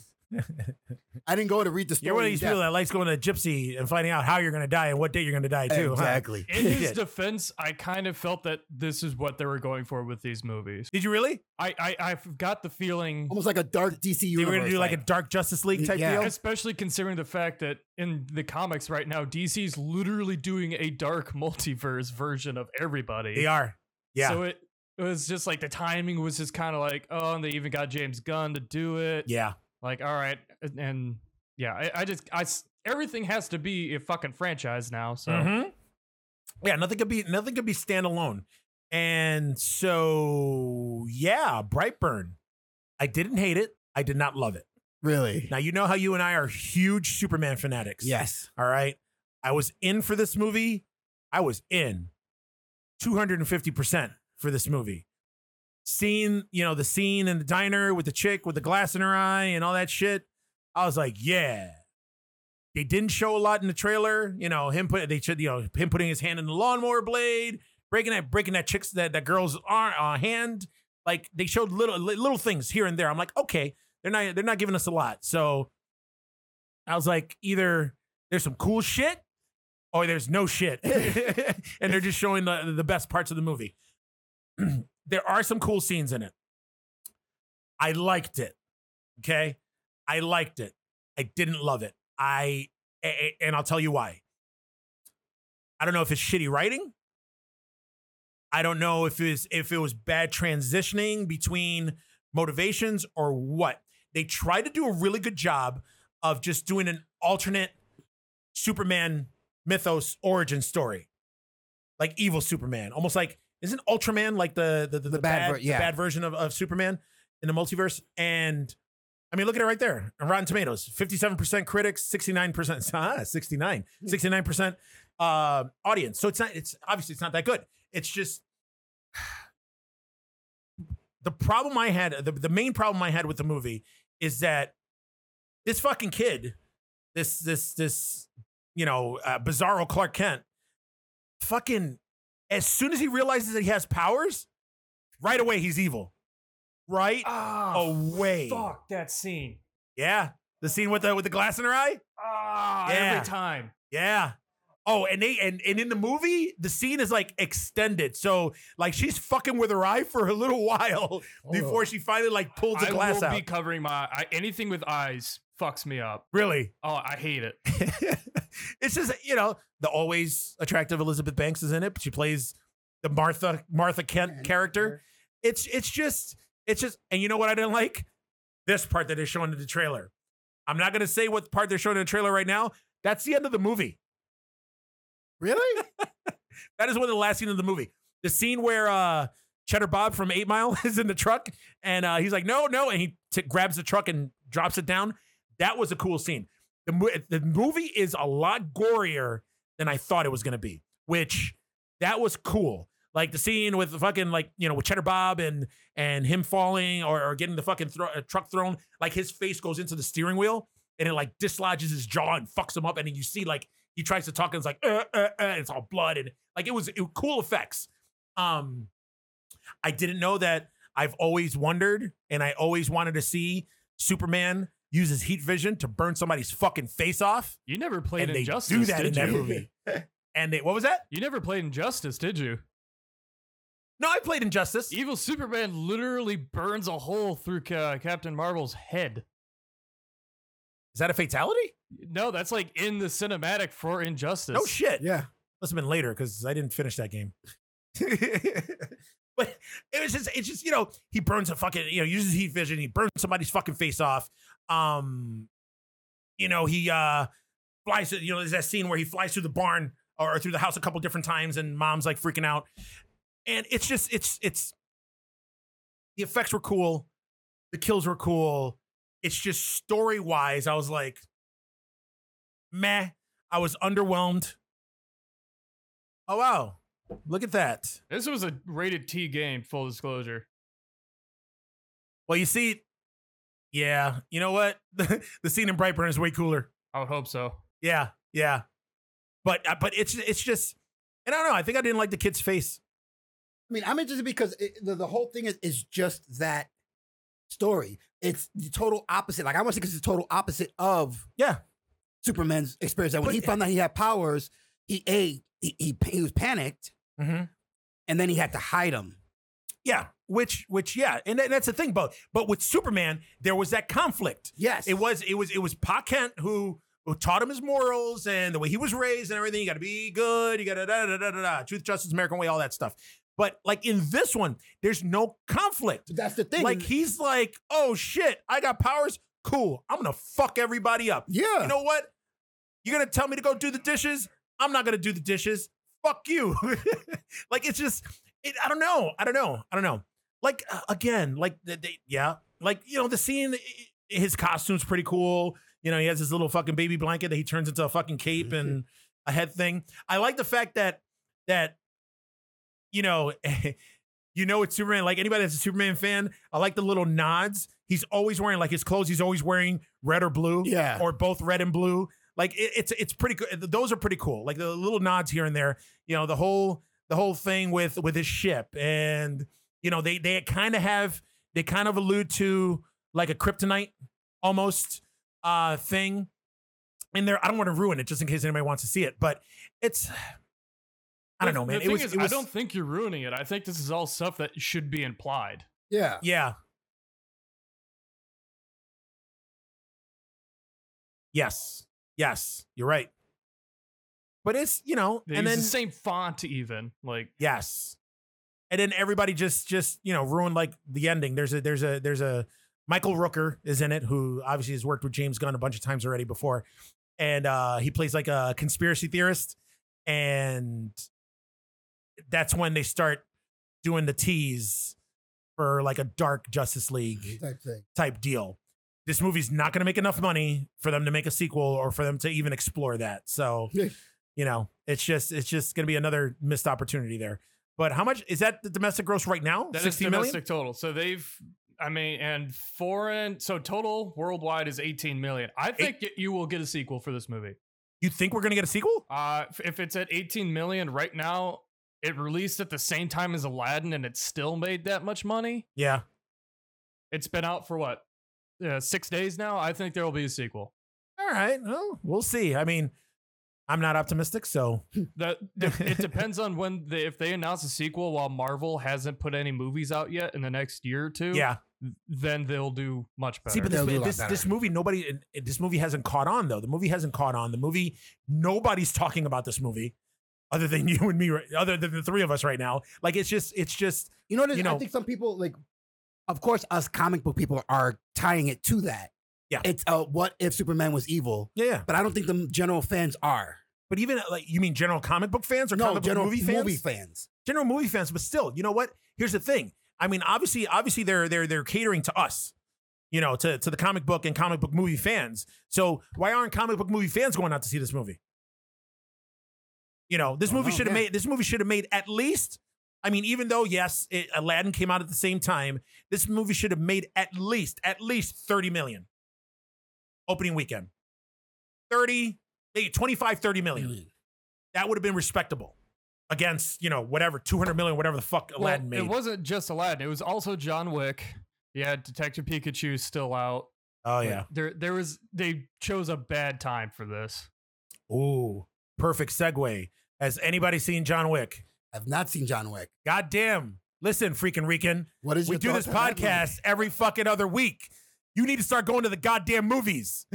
I didn't go to read the story.
You're one of
in
these
depth.
people that likes going to gypsy and finding out how you're going to die and what day you're going to die too. huh?
Exactly.
In his
Shit.
defense, I kind of felt that this is what they were going for with these movies.
Did you really?
I I, I got the
Oh
feeling,
Almost like a dark DC
You
universe.
were going to do like a Dark Justice League type
Yeah.
deal?
especially considering the fact that in the comics right now, DC's literally doing a dark multiverse version of everybody.
They are. Yeah.
So it, it was just like the timing was just kind of like, oh, and they even got James Gunn to do it.
yeah.
Like, all right. And, and yeah, I, I just, I, s- everything has to be a fucking franchise now. So
Mhm. Yeah. Nothing could be nothing could be standalone. And so yeah, Brightburn. I didn't hate it. I did not love it.
really.
Now you know how you and I are huge Superman fanatics.
Yes.
All right. I was in for this movie. I was in 250% for this movie. Scene, you know, the scene in the diner with the chick with the glass in her eye and all that shit. I was like, yeah. They didn't show a lot in the trailer. You know, him put they should, you know, him putting his hand in the lawnmower blade, breaking that, breaking that chick's that, that girl's arm, uh, hand. Like they showed little li- little things here and there. I'm like, okay, they're not they're not giving us a lot. So I was like, either there's some cool shit or there's no shit. and they're just showing the, the best parts of the movie. there are some cool scenes in it. I liked it. Okay. I liked it. I didn't love it. I, a- a- and I'll tell you why. I don't know if it's shitty writing. I don't know if it's if it was bad transitioning between motivations or what. They tried to do a really good job of just doing an alternate Superman mythos origin story, like evil Superman, almost like isn't Ultraman like the the, the, the
bad
bad,
ver- yeah.
the bad version of, of Superman in the multiverse? And I mean, look at it right there. On Rotten Tomatoes, fifty-seven percent critics, sixty-nine percent, ah, 69,
Hmm.
69 percent uh, audience. So it's not. It's obviously it's not that good. It's just the problem I had. The, the main problem I had with the movie is that this fucking kid, this this this you know uh, bizarro Clark Kent, fucking as soon as he realizes that he has powers, right away he's evil. Right Oh,
Ah,
away.
fuck that scene.
Yeah. The scene with the with the glass in her eye?
Ah,
Yeah.
every time.
Yeah. Oh, and they and, and in the movie, the scene is like extended. So like she's fucking with her eye for a little while before she finally like pulls the
Oh. I
glass
will
out.
be covering my I, anything with eyes fucks me up.
really.
Oh, I hate it.
it's just, you know, the always attractive Elizabeth Banks is in it, but she plays the Martha Martha Kent character. It's it's just it's just and you know what I didn't like? This part that they're showing in the trailer. I'm not gonna say what part they're showing in the trailer right now. That's the end of the movie.
Really?
That is one of the last scenes of the movie. The scene where uh, Cheddar Bob from Eight Mile is in the truck and uh, he's like, no, no. And he t- grabs the truck and drops it down. That was a cool scene. The, mo- the movie is a lot gorier than I thought it was going to be, which that was cool. Like the scene with the fucking like you know with Cheddar Bob and and him falling or, or getting the fucking thro- uh, truck thrown, like his face goes into the steering wheel and it like dislodges his jaw and fucks him up, and then you see like he tries to talk and it's like uh, uh, uh, and it's all blood and like it was it, cool effects um i didn't know that i've always wondered and i always wanted to see superman use his heat vision to burn somebody's fucking face off
You never played
and they
Injustice,
do that
did
in that
you?
movie and they what was that
You never played Injustice, did you?
no i played injustice
Evil Superman literally burns a hole through Ca- Captain Marvel's head.
is that a fatality
No, that's like in the cinematic for Injustice.
no shit
yeah.
must have been later because I didn't finish that game. but it was just, it's just, you know, he burns a fucking, you know, uses heat vision. He burns somebody's fucking face off. Um, you know, he uh flies, you know, there's that scene where he flies through the barn or through the house a couple different times and mom's like freaking out. And it's just, it's, it's, the effects were cool. The kills were cool. It's just story wise, I was like, meh. I was underwhelmed. Oh wow! Look at that.
This was a rated T game, full disclosure.
Well, you see, yeah. You know what? the scene in Brightburn is way cooler.
I would hope so.
Yeah, yeah. But uh, but it's it's just, and I don't know. I think I didn't like the kid's face.
I mean, I'm interested because it, the, the whole thing is, is just that story. It's the total opposite. Like I want to because it's the total opposite of
Yeah.
Superman's experience. That when
But-
he found out he had powers, he a he, he, he was panicked,
Mm-hmm.
and then he had to hide them.
Yeah. Which, which, yeah, and that- that's the thing. But, but with Superman, there was that conflict.
Yes,
It was, it was, it was Pa Kent who, who taught him his morals and the way he was raised and everything. You got to be good. You got to da da da da da. Truth, justice, American way, all that stuff. But like in this one, there's no conflict.
That's the thing.
Like he's like, oh shit, I got powers. Cool. I'm gonna fuck everybody up.
yeah,
You know what? You're gonna tell me to go do the dishes. I'm not gonna do the dishes. Fuck you. like it's just, it, I don't know. I don't know. I don't know. Like uh, again, like the, they, yeah, like you know the scene. i- i- His costume's pretty cool. You know, he has his little fucking baby blanket that he turns into a fucking cape and a head thing. I like the fact that that you know. You know it's Superman. Like anybody that's a Superman fan, I like the little nods. He's always wearing like his clothes. He's always wearing red or blue
yeah.
or both red and blue. Like it, it's it's pretty good. Those are pretty cool. Like the little nods here and there. You know the whole the whole thing with with his ship and you know they they kind of have they kind of allude to like a kryptonite almost uh thing in there. I don't want to ruin it just in case anybody wants to see it, but it's I don't
The-
know, man.
The
it
thing
was,
is,
it was
I don't think you're ruining it. I think this is all stuff that should be implied.
yeah.
yeah. Yes. Yes, you're right. But it's, you know,
They
and
use
then
the same font, even like
Yes. And then everybody just just you know ruined like the ending. There's a there's a there's a Michael Rooker is in it who obviously has worked with James Gunn a bunch of times already before, and uh, he plays like a conspiracy theorist, and that's when they start doing the tease for like a dark Justice League
Type thing.
type deal. This movie's not going to make enough money for them to make a sequel or for them to even explore that. So,
Yeah.
you know, it's just it's just going to be another missed opportunity there. But how much is that the domestic gross right now?
that is
Sixty million.
domestic total. So they've, I mean, and foreign. So total worldwide is 18 million. I think y- you will get a sequel for this movie.
You think we're going to get a sequel?
Uh, if- if it's at 18 million right now, it released at the same time as Aladdin, and it still made that much money.
Yeah.
It's been out for what, uh, six days now. I think there will be a sequel.
All right. Well, we'll see. I mean, I'm not optimistic, so
That de- it depends on when they, if they announce a sequel while Marvel hasn't put any movies out yet in the next year or two.
yeah.
then they'll do much better.
See, but
They'll do a lot
this, this,
better.
this movie nobody this movie hasn't caught on though. The movie hasn't caught on. The movie nobody's talking about this movie other than you and me, right- other than the three of us right now. Like it's just it's just
You know what? it is?
You know-
I think some people like, of course, us comic book people are tying it to that.
Yeah.
It's uh, what if Superman was evil?
Yeah, yeah.
But I don't think the general fans are.
But even uh, like you mean general comic book fans or comic
general
book movie fans?
fans.
General movie fans, but still, you know what? Here's the thing. I mean, obviously, obviously they're they're they're catering to us, you know, to to the comic book and comic book movie fans. So why aren't comic book movie fans going out to see this movie? You know, this
Don't
movie
know,
should have
yeah.
made this movie should have made at least. I mean, even though yes, it, Aladdin came out at the same time, this movie should have made at least at least thirty million opening weekend. 30, maybe 25, 30 million. that would have been respectable against you know whatever 200 million whatever the fuck
Well,
aladdin
It
made
wasn't just Aladdin. It was also John Wick. Yeah, Detective Pikachu still out.
oh
Like, there there was they chose a bad time for this.
ooh perfect segue has anybody seen john wick
I've not seen John Wick.
god damn listen freaking rican
What is
we
your
do
thoughts
this
on that movie?
podcast every fucking other week you need to start going to the goddamn movies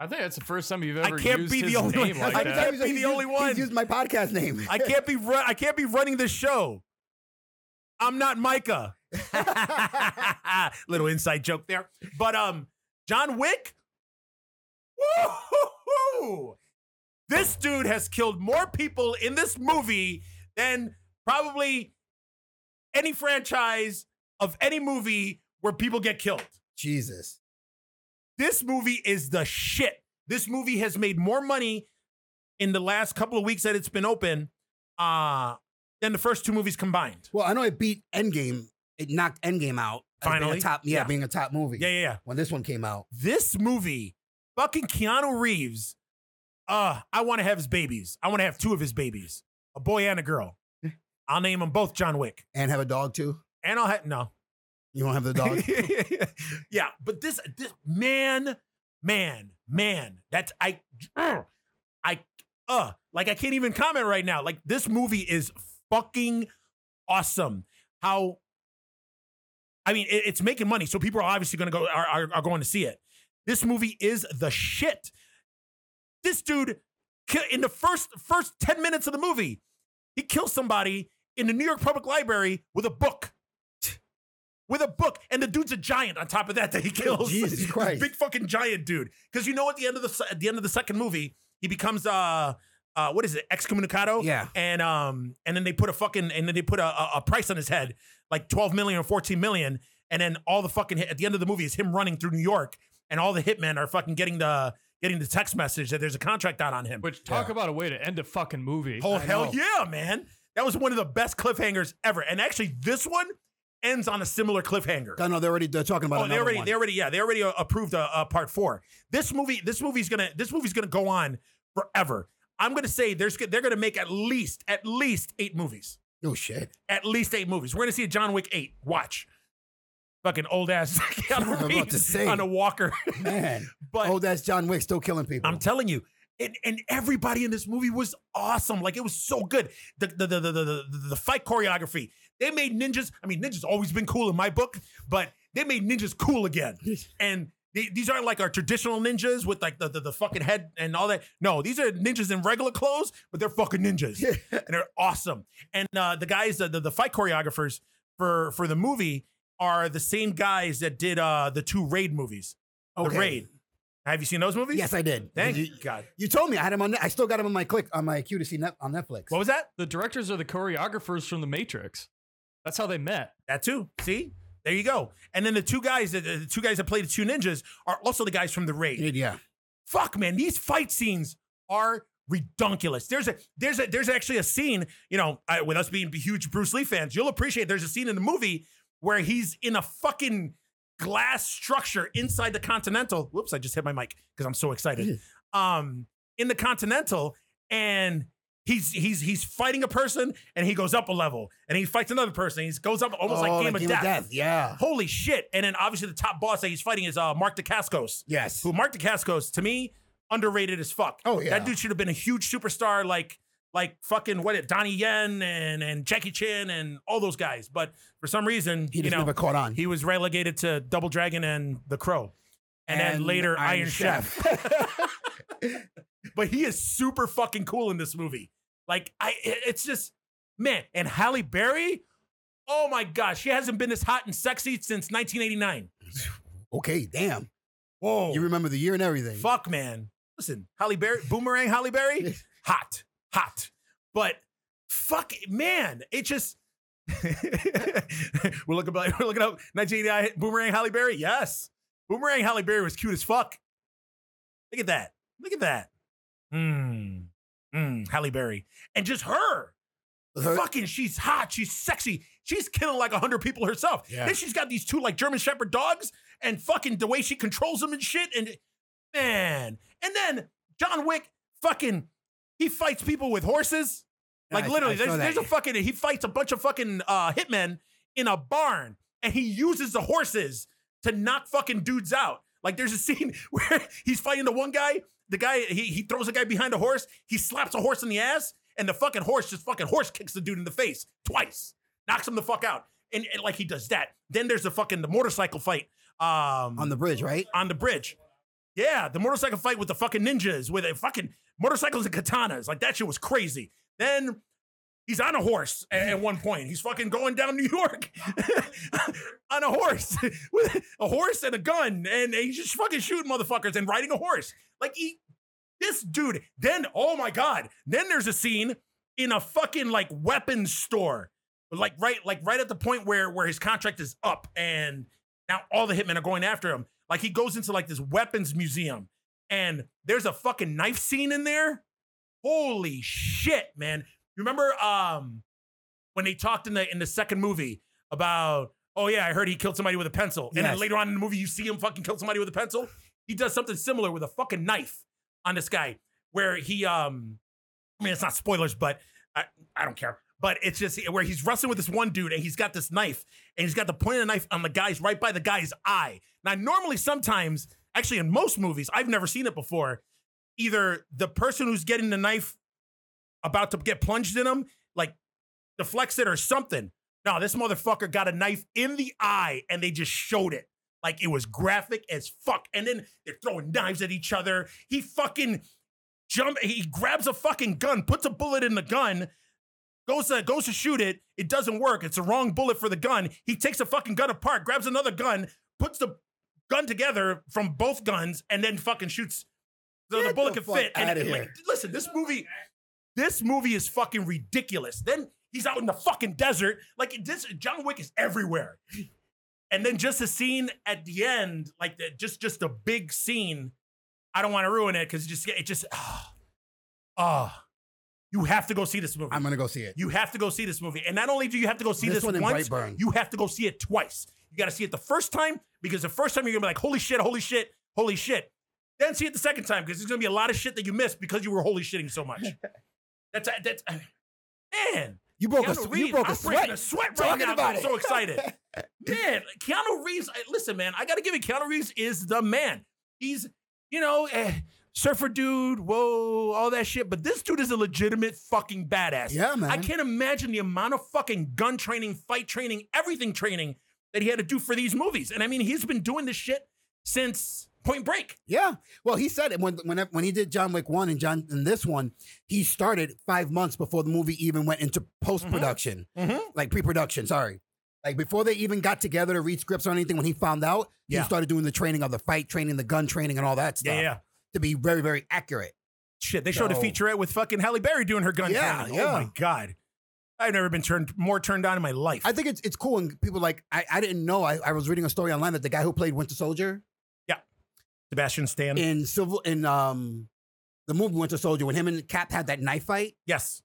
I think that's the first time you've
I
ever
can't
used
be the
his
only one-
name like
I
I'm
can't
telling
that.
you,
be
he's
the
used-
only one.
He's used my podcast name.
i can't be run- i can't be running this show i'm not micah little inside joke there but um john wick Woo-hoo-hoo! This dude has killed more people in this movie than probably any franchise of any movie where people get killed.
Jesus.
This movie is the shit. This movie has made more money in the last couple of weeks that it's been open uh, than the first two movies combined.
Well, I know it beat Endgame. It knocked Endgame out. as being a
Finally.
top, yeah,
Yeah.
being a top movie.
Yeah, yeah, yeah.
When this one came out,
This movie, fucking Keanu Reeves, uh, I want to have his babies. I want to have two of his babies, a boy and a girl. I'll name them both John Wick.
and have a dog too.
And I'll have, no,
You won't have the dog.
yeah, but this this man, man, man. That's I, uh, I, uh, like I can't even comment right now. Like this movie is fucking awesome. How, I mean, it- it's making money, so people are obviously gonna go are, are are going to see it. This movie is the shit. This dude, ki- in the first first ten minutes of the movie, he kills somebody in the New York Public Library with a book with a book, and the dude's a giant. On top of that, that he kills.
Jesus
This
Christ.
big fucking giant dude. Because you know, at the end of the se- at the end of the second movie, he becomes uh, uh, what is it, excommunicado?
Yeah.
And um, and then they put a fucking and then they put a, a, a price on his head, like twelve million or fourteen million. And then all the fucking hit, at the end of the movie is him running through New York, and all the hitmen are fucking getting the getting the text message that there's a contract out on him.
Which talk about a way to end a fucking movie.
Oh hell
know.
yeah, man! That was one of the best cliffhangers ever. And actually, this one ends on a similar cliffhanger.
I know they're already they're talking about.
Oh, they
another
already,
one.
they already, yeah, they already uh, approved uh, uh, part four. This movie, this movie's gonna, this movie's gonna go on forever. I'm gonna say there's, they're gonna make at least, at least eight movies.
Oh shit!
At least eight movies. We're gonna see a John Wick eight. Watch, fucking old ass
was
Keanu
about
Reeves
to say.
on a walker.
Man,
but
oh, that's John Wick still killing people.
I'm telling you. And, and everybody in this movie was awesome. Like it was so good. The the, the the the the- the fight choreography. They made ninjas. I mean, ninjas always been cool in my book, but they made ninjas cool again. And the- these aren't like our traditional ninjas with like the, the the fucking head and all that. No, these are ninjas in regular clothes, but they're fucking ninjas, and they're awesome. And uh, the guys, the, the the fight choreographers for for the movie are the same guys that did uh, the two raid movies.
Okay.
The raid. Have you seen those movies?
Yes, I did.
Thank
you.
you, God.
You told me I had him on. ne- I still got him on my click on my queue to see net, on Netflix.
What was that?
The directors are the choreographers from The Matrix. That's how they met.
That too. See, there you go. And then the two guys, that the two guys that play the two ninjas, are also the guys from the raid.
yeah,
Fuck, man, these fight scenes are redonkulous. There's a there's a there's actually a scene. You know, I, with us being huge Bruce Lee fans, you'll appreciate. There's a scene in the movie where he's in a fucking glass structure inside the Continental. Whoops, I just hit my mic because I'm so excited. Um, in the Continental, and he's he's he's fighting a person, and he goes up a level, and he fights another person. and He goes up almost
Oh,
like Game, of, death.
Yeah.
Holy shit! And then obviously the top boss that he's fighting is uh, Mark DeCascos,
Yes.
who Mark DeCascos to me underrated as fuck.
Oh, yeah.
that dude should have been a huge superstar, like like fucking what it Donnie Yen and and Jackie Chan and all those guys. But for some reason,
He
you
just
know,
never caught on.
he was relegated to Double Dragon and The Crow, and, then later Iron, Chef. but he is super fucking cool in this movie. Like I, it- it's just man. And Halle Berry, oh my gosh, she hasn't been this hot and sexy since 1989.
okay, damn.
Whoa,
You remember the year and everything.
Oh. fuck, man. Listen, Halle Berry, Boomerang Halle Berry, hot, hot. But fuck, it, man, it just. we're looking about, we're looking up 1989 Boomerang Halle Berry. Yes, Boomerang Halle Berry was cute as fuck. Look at that. Look at that. Mmm. Mmm. Halle Berry. And just her.
Her-
Fucking, she's hot. She's sexy. She's killing like hundred people herself.
Yeah.
Then she's got these two like German Shepherd dogs, and fucking the way she controls them and shit. And man, and then John Wick, fucking, he fights people with horses.
Yeah,
Like
I-
literally,
I saw
there's,
that.
there's a fucking he fights a bunch of fucking uh, hitmen in a barn, and he uses the horses to knock fucking dudes out. Like there's a scene where he's fighting the one guy. The guy he, he throws a guy behind a horse. He slaps a horse in the ass, and the fucking horse just fucking horse kicks the dude in the face twice, knocks him the fuck out. And, and like he does that. Then there's the fucking the motorcycle fight. Um,
on the bridge, right?
on the bridge. Yeah, the motorcycle fight with the fucking ninjas, with the fucking motorcycles and katanas. Like that shit was crazy. Then he's on a horse a- at, one point. He's fucking going down New York on a horse with a horse and a gun, and he's just fucking shooting motherfuckers and riding a horse. Like he, this dude. Then oh my god. Then there's a scene in a fucking like weapons store, like right, like right at the point where where his contract is up, and now all the hitmen are going after him. Like he goes into like this weapons museum, and there's a fucking knife scene in there. Holy shit, man! You remember um when they talked in the in the second movie about oh yeah, I heard he killed somebody with a pencil, and then
Yes.
later on in the movie you see him fucking kill somebody with a pencil. He does something similar with a fucking knife on this guy, where he um, I mean it's not spoilers, but I I don't care. But it's just where he's wrestling with this one dude and he's got this knife and he's got the point of the knife on the guy's right by the guy's eye. Now, normally, sometimes, actually, in most movies, I've never seen it before. Either the person who's getting the knife about to get plunged in him, like deflects it or something. No, this motherfucker got a knife in the eye and they just showed it. Like it was graphic as fuck. And then they're throwing knives at each other. He fucking jump he grabs a fucking gun, puts a bullet in the gun, goes to goes to shoot it. It doesn't work. It's the wrong bullet for the gun. He takes a fucking gun apart, grabs another gun, puts the gun together from both guns, and then fucking shoots so the
Get
bullet
the
can
fuck
fit. And
outta
it- like,
here.
listen, this movie, this movie is fucking ridiculous. Then he's out in the fucking desert. Like this, John Wick is everywhere. And then just a scene at the end, like the, just just a big scene. I don't want to ruin it because it just it just ah ah. you have to go see this movie.
I'm gonna go see it.
you have to go see this movie, and not only do you have to go see
This
this,
one in
once,
Brightburn.
you have to go see it twice. You got to see it the first time because the first time you're gonna be like, holy shit, holy shit, holy shit. Then see it the second time because there's gonna be a lot of shit that you missed because you were holy shitting so much. that's that's man.
You broke
Keanu
a you
Reeves,
broke a
I'm breaking
sweat.
a sweat right
talking
now.
about
I'm
it.
so excited. man, Keanu Reeves, I- listen, man, I gotta give it. Keanu Reeves is the man. He's, you know, eh, surfer dude, whoa, all that shit. But this dude is a legitimate fucking badass.
Yeah, man.
I can't imagine the amount of fucking gun training, fight training, everything training that he had to do for these movies. And I mean, he's been doing this shit since Point Break.
Yeah. Well, he said it when when when he did John Wick one and John and this one, he started five months before the movie even went into post production,
Mm-hmm.
like pre production. Sorry, like before they even got together to read scripts or anything. When he found out,
Yeah.
he started doing the training of the fight training, the gun training, and all that stuff to be very very accurate.
Shit, they showed a
So-
featurette with fucking Halle Berry doing her gun
Yeah,
training.
yeah.
Oh my god, I've never been turned more turned on in my life.
I think it's it's cool and people like I, I didn't know I, I was reading a story online that the guy who played Winter Soldier
Sebastian Stan.
in civil in um the movie Winter Soldier when him and Cap had that knife fight.
yes.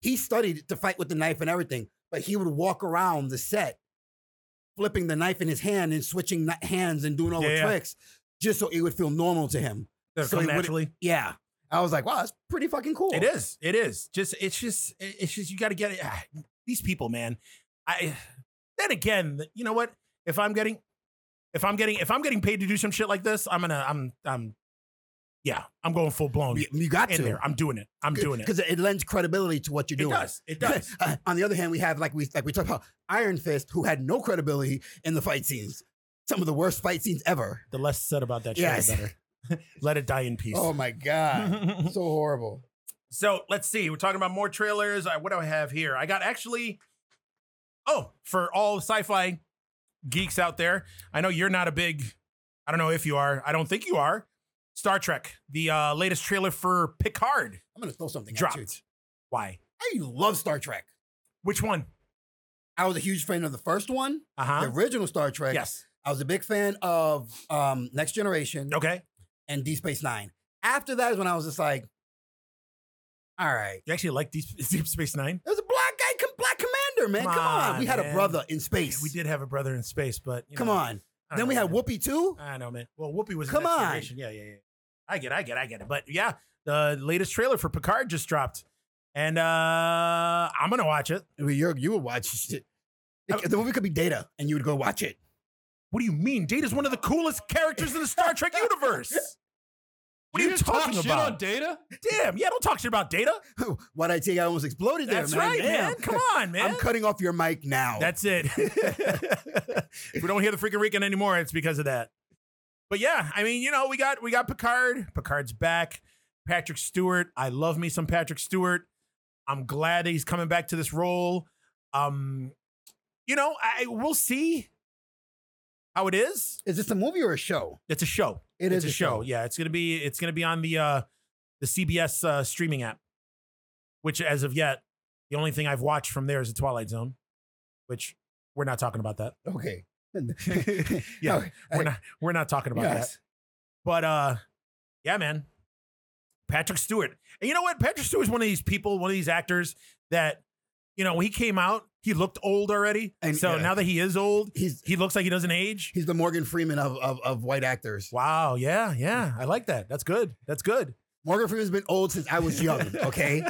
he studied to fight with the knife and everything, but he would walk around the set flipping the knife in his hand and switching kni- hands and doing all
Yeah,
the
yeah.
tricks just so it would feel normal to him.
That'll
So
come
it wouldn't-
naturally.
Yeah. I was like, wow, that's pretty fucking cool.
It is. It is. Just it's just it's just you got to get it. ah, These people, man. I then again, you know what? If I'm getting if I'm getting if I'm getting paid to do some shit like this, I'm gonna I'm I'm yeah, I'm going full blown
You, you got
in
to.
there. I'm doing it. I'm doing it.
Because it lends credibility to what you're
It
doing.
does. It does.
Uh, on the other hand, we have like we like we talked about Iron Fist, who had no credibility in the fight scenes. Some of the worst fight scenes ever.
The less said about that, shit,
Yes.
the better. Let it die in peace.
Oh my god, so horrible.
So let's see. We're talking about more trailers. I, what do I have here? I got actually. Oh, for all sci-fi geeks out there, I know you're not a big. I don't know if you are. I don't think you are. Star Trek, the uh, latest trailer for Picard
I'm gonna throw something at you.
dropped. Why?
I love Star Trek.
Which one?
I was a huge fan of the first one,
Uh huh.
the original Star Trek.
Yes.
I was a big fan of um, Next Generation
Okay.
and D Space Nine. After that is when I was just like, all right.
You actually like Deep, Deep Space Nine?
There's a black guy, com- black commander, man.
Come
Come, on.
on,
We had
man.
a brother in space.
We did have a brother in space, but you
Come
know,
on.
I don't
Then
know,
we had
man.
Whoopi too.
I know, man. Well, Whoopi was in
Come
Next
on.
Generation. Yeah, yeah, yeah. I get, it, I get, it, I get it. But yeah, the latest trailer for Picard just dropped, and uh I'm gonna watch it.
I mean, you're, you would watch it.
I-
It- The movie could be Data, and you would go watch it.
What do you mean? Data's one of the coolest characters in the Star Trek universe. What are you
just talk
talking
shit on
about?
data?
Damn, yeah, don't talk shit about Data.
what I tell you, I almost exploded there,
That's
man.
right,
Damn.
man. Come on, man.
I'm cutting off your mic now.
That's it. if we don't hear the freaking Rican anymore, it's because of that. But yeah, I mean, you know, we got we got Picard. Picard's back. Patrick Stewart. I love me some Patrick Stewart. I'm glad that he's coming back to this role. Um, you know, I we'll see how it is.
is this a movie or a show?
It's a show.
It
it's
is
a show. Yeah, it's gonna be it's gonna be on the uh the CBS uh, streaming app, which as of yet, the only thing I've watched from there is the Twilight Zone, which we're not talking about that.
Okay.
Yeah.
Okay.
We're not we're not talking about that.
Yes.
But uh yeah, man. Patrick Stewart. And you know what? Patrick Stewart's one of these people, one of these actors that, you know, when he came out, he looked old already. And
And,
so
yeah.
now that he is old,
He's
he looks like he doesn't age.
He's the Morgan Freeman of, of, of white actors.
Wow, yeah, yeah. I like that. That's good. That's good.
Morgan Freeman's been old since I was young, okay?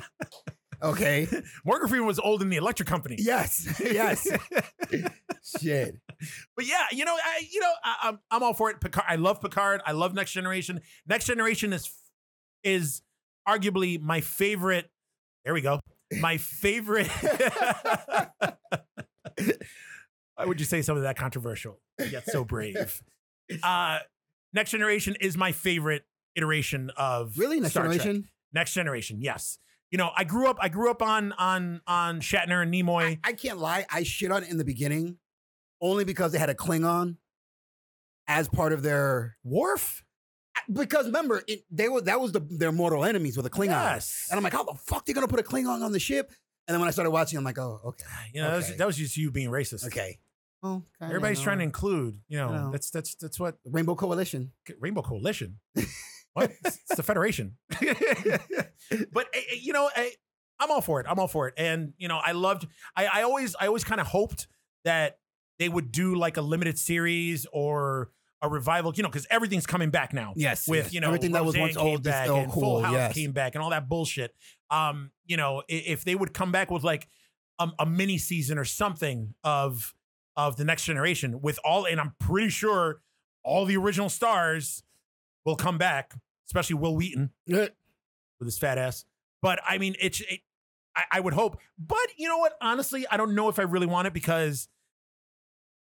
Okay.
Morgan Freeman was old in the electric company.
Yes. Yes. Shit.
But yeah, you know, I, you know, I, I'm I'm all for it. Picard, I love Picard. I love Next Generation. Next Generation is is arguably my favorite. There we go. My favorite. Why would you say something that controversial? Yet so brave. Uh, Next Generation is my favorite iteration of
Really? Next
Star Trek.
generation?
Next Generation. Yes. You know, I grew up. I grew up on on on Shatner and Nimoy.
I can't lie. I shit on it in the beginning only because they had a Klingon as part of their.
Worf.
Because remember, it, they were that was the, their mortal enemies with the Klingons.
Yes.
And I'm like, how the fuck they gonna put a Klingon on the ship? And then when I started watching, I'm like, oh, okay,
You know, that, was,
Okay.
that was just you being racist.
okay. Well, kinda,
Everybody's
you know.
trying to include. You know,
I know.
that's that's that's what
Rainbow Coalition.
Rainbow Coalition. what? It's it's the Federation. but eh, eh, you know, I, I'm all for it. I'm all for it. And you know, I loved. I, I always I always kind of hoped that they would do like a limited series or a revival. You know, because everything's coming back now.
Yes.
With you know
everything that was
Roseanne
once
came
old,
back
is still
and
cool.
Full House
yes.
came back and all that bullshit. Um, you know, i- if they would come back with like a, a mini season or something of of the next generation with all, and I'm pretty sure all the original stars will come back, especially Will Wheaton
Yeah.
with his fat ass. But I mean, it's it, I, I would hope. But you know what? Honestly, I don't know if I really want it because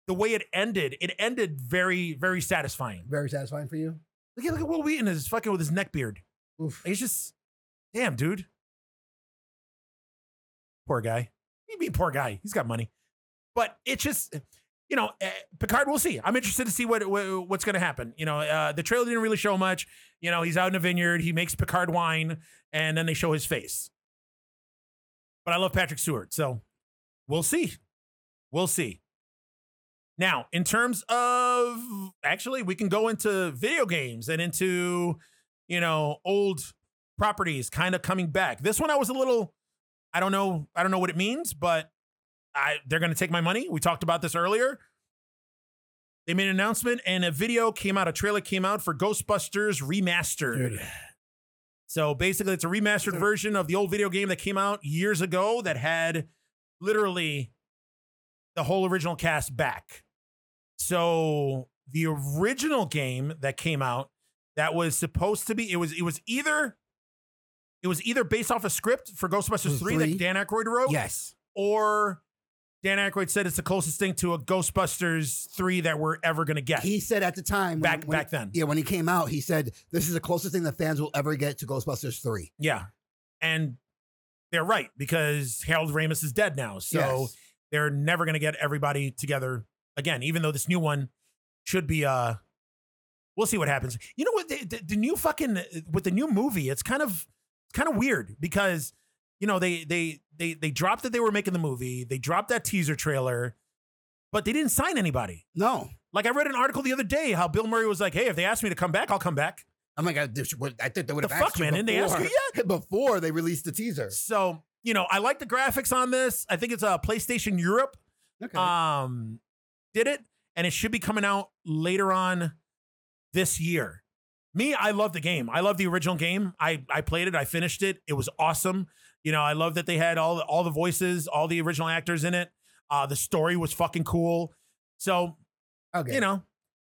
the way it ended, it ended very very satisfying.
Very satisfying for you.
Look at look at Will Wheaton is fucking with his neck beard.
Oof.
He's just, damn, dude. Poor guy. He mean poor guy. He's got money, but it's just, you know, eh, Picard. We'll see. I'm interested to see what, what what's going to happen. You know, uh, the trailer didn't really show much. You know, he's out in a vineyard. He makes Picard wine, and then they show his face. But I love Patrick Stewart, so we'll see. We'll see. Now, in terms of actually, we can go into video games and into you know old properties kind of coming back. This one I was a little I don't know I don't know what it means, but I they're going to take my money. We talked about this earlier. They made an announcement and a video came out, a trailer came out for Ghostbusters Remastered. So basically it's a remastered version of the old video game that came out years ago that had literally the whole original cast back. So the original game that came out that was supposed to be it was it was either it was either based off a script for Ghostbusters
Mm,
3,
three.
that Dan Aykroyd wrote
Yes.
or Dan Aykroyd said it's the closest thing to a Ghostbusters 3 that we're ever going to get
He said at the time when-
back
when-
back then.
Yeah, when he came out, he said this is the closest thing the fans will ever get to Ghostbusters three.
Yeah. And they're right because Harold Ramis is dead now. So
Yes.
they're never going to get everybody together again, even though this new one should be, uh, we'll see what happens. You know what? The, the, the new fucking, with the new movie, it's kind of, it's kind of weird because, you know, they, they, they, they dropped that they were making the movie. They dropped that teaser trailer, but they didn't sign anybody.
no,
Like I read an article the other day how Bill Murray was like, "Hey, if they ask me to come back, I'll come back."
I'm like, I, this would- I think they would
The
have asked
fuck,
you
man, didn't they ask
before-
you yet?
before they released the teaser.
So, you know, I like the graphics on this. I think it's uh, PlayStation Europe
Okay,
um, did it, and it should be coming out later on this year. Me, I love the game. I love the original game. I, I played it. I finished it. It was awesome. You know, I love that they had all the, all the voices, all the original actors in it. Uh, the story was fucking cool. So,
okay.
you know,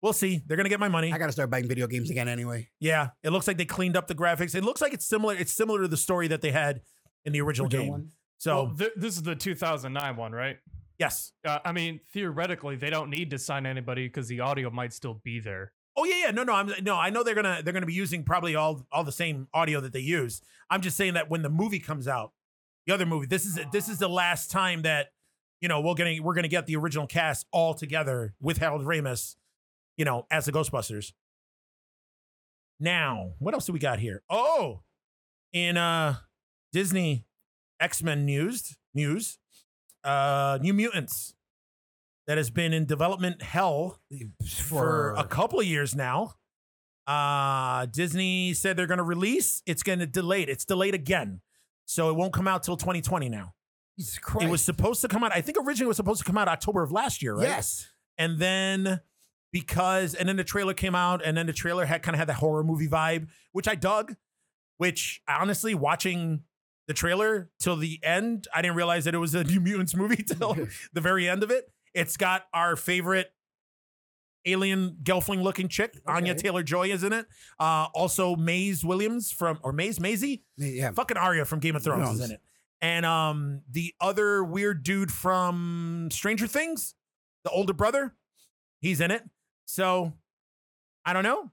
we'll see. They're gonna get my money.
I gotta start buying video games again anyway.
Yeah, it looks like they cleaned up the graphics. It looks like it's similar. It's similar to the story that they had in the original
Original
game.
one.
So
Well, th- this is the 2009 one, right?
yes.
Uh, I mean, theoretically, they don't need to sign anybody because the audio might still be there.
Oh yeah, yeah. No, no. I'm no. I know they're gonna they're gonna be using probably all all the same audio that they use. I'm just saying that when the movie comes out, the other movie, this is this is the last time that you know we're gonna we're gonna get the original cast all together with Harold Ramis, you know, as the Ghostbusters. Now, what else do we got here? Oh, in uh Disney X Men news news, uh, New Mutants that has been in development hell for a couple of years now. Uh, Disney said they're going to release. It's going to delay it. It's delayed again, so it won't come out till 2020. Now
Jesus Christ.
it was supposed to come out. I think originally it was supposed to come out October of last year, right?
yes.
And then because and then the trailer came out, and then the trailer had kind of had that horror movie vibe, which I dug. Which honestly, watching the the trailer till the end. I didn't realize that it was a New Mutants movie till
Oh.
the very end of it. It's got our favorite alien gelfling looking chick, Anya
Okay.
Taylor Joy, is in it. Uh, also, Maze Williams from, or Maze Maisie,
Yeah.
fucking Arya from Game of Thrones is
Thrones.
in it. And um, the other weird dude from Stranger Things, the older brother, he's in it. So I don't know.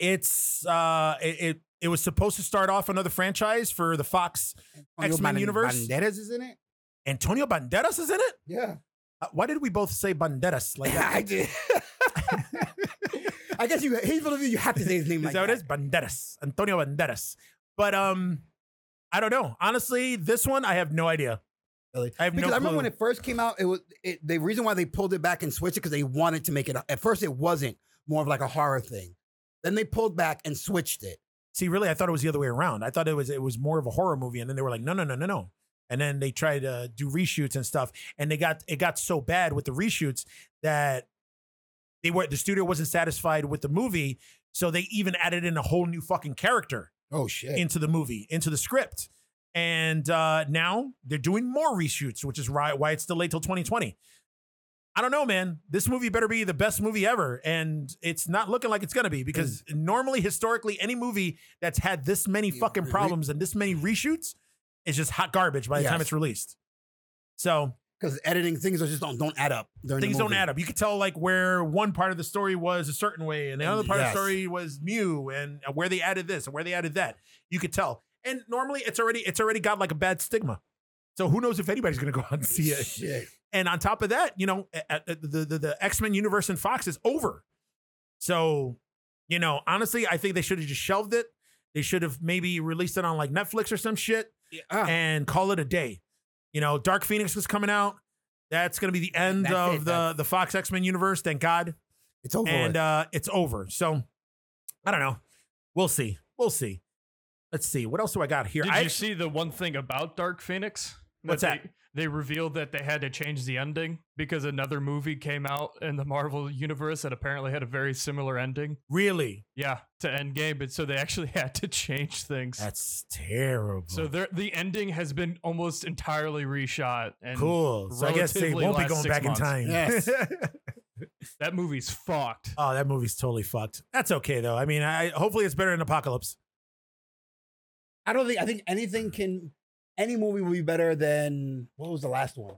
It's uh, it, it it was supposed to start off another franchise for the Fox.
Antonio
X-Men
Ban-
universe.
Banderas is in it.
Antonio Banderas is in it.
Yeah.
Uh, why did we both say Banderas like that?
I did.
I guess you. He's one of you. You have to say his name.
Is
like
that what it is? Banderas. Antonio Banderas. But um, I don't know. Honestly, this one I have no idea.
Really?
I have
Because
no
I remember
clue.
when it first came out, it was it, the reason why they pulled it back and switched it because they wanted to make it. At first, it wasn't more of like a horror thing. Then they pulled back and switched it.
See, really, I thought it was the other way around. I thought it was it was more of a horror movie, and then they were like, no, no, no, no, no. And then they tried to do reshoots and stuff, and they got it got so bad with the reshoots that they were the studio wasn't satisfied with the movie, so they even added in a whole new fucking character
Oh shit!
into the movie, into the script. And uh, now they're doing more reshoots, which is why, why it's delayed till 2020. I don't know, man. This movie better be the best movie ever. And it's not looking like it's going to be because normally, historically, any movie that's had this many
Yeah,
fucking
re-
problems and this many reshoots is just hot garbage by the time
Yes.
it's released. So
Because editing things are just don't don't add up. during the
things don't
movie.
add up. You could tell like where one part of the story was a certain way, and the other part
Yes.
of the story was new, and where they added this and where they added that. You could tell. And normally, it's already it's already got like a bad stigma. So who knows if anybody's going to go out and see it?
Shit.
And on top of that, you know, a- a- the the, the X Men universe in Fox is over. So, you know, honestly, I think they should have just shelved it. They should have maybe released it on like Netflix or some shit
Ah,
and call it a day. You know, Dark Phoenix was coming out. That's going to be the end
That's
of
it,
the
that's-
the Fox X Men universe. Thank God,
it's over.
and
with.
uh, it's over. So I don't know. We'll see. We'll see. Let's see. What else do I got here?
Did
I,
you see the one thing about Dark Phoenix?
What's
They, they revealed that they had to change the ending because another movie came out in the Marvel universe that apparently had a very similar ending.
really?
Yeah, to Endgame, but so they actually had to change things.
That's terrible.
so there, the ending has been almost entirely reshot, and
cool. So I guess they
relatively
won't be
last
going
six
back
months.
in time.
Yes.
that movie's fucked.
oh, that movie's totally fucked. That's okay though. I mean, I hopefully it's better than Apocalypse.
I don't think I think anything can any movie will be better than what was the last one?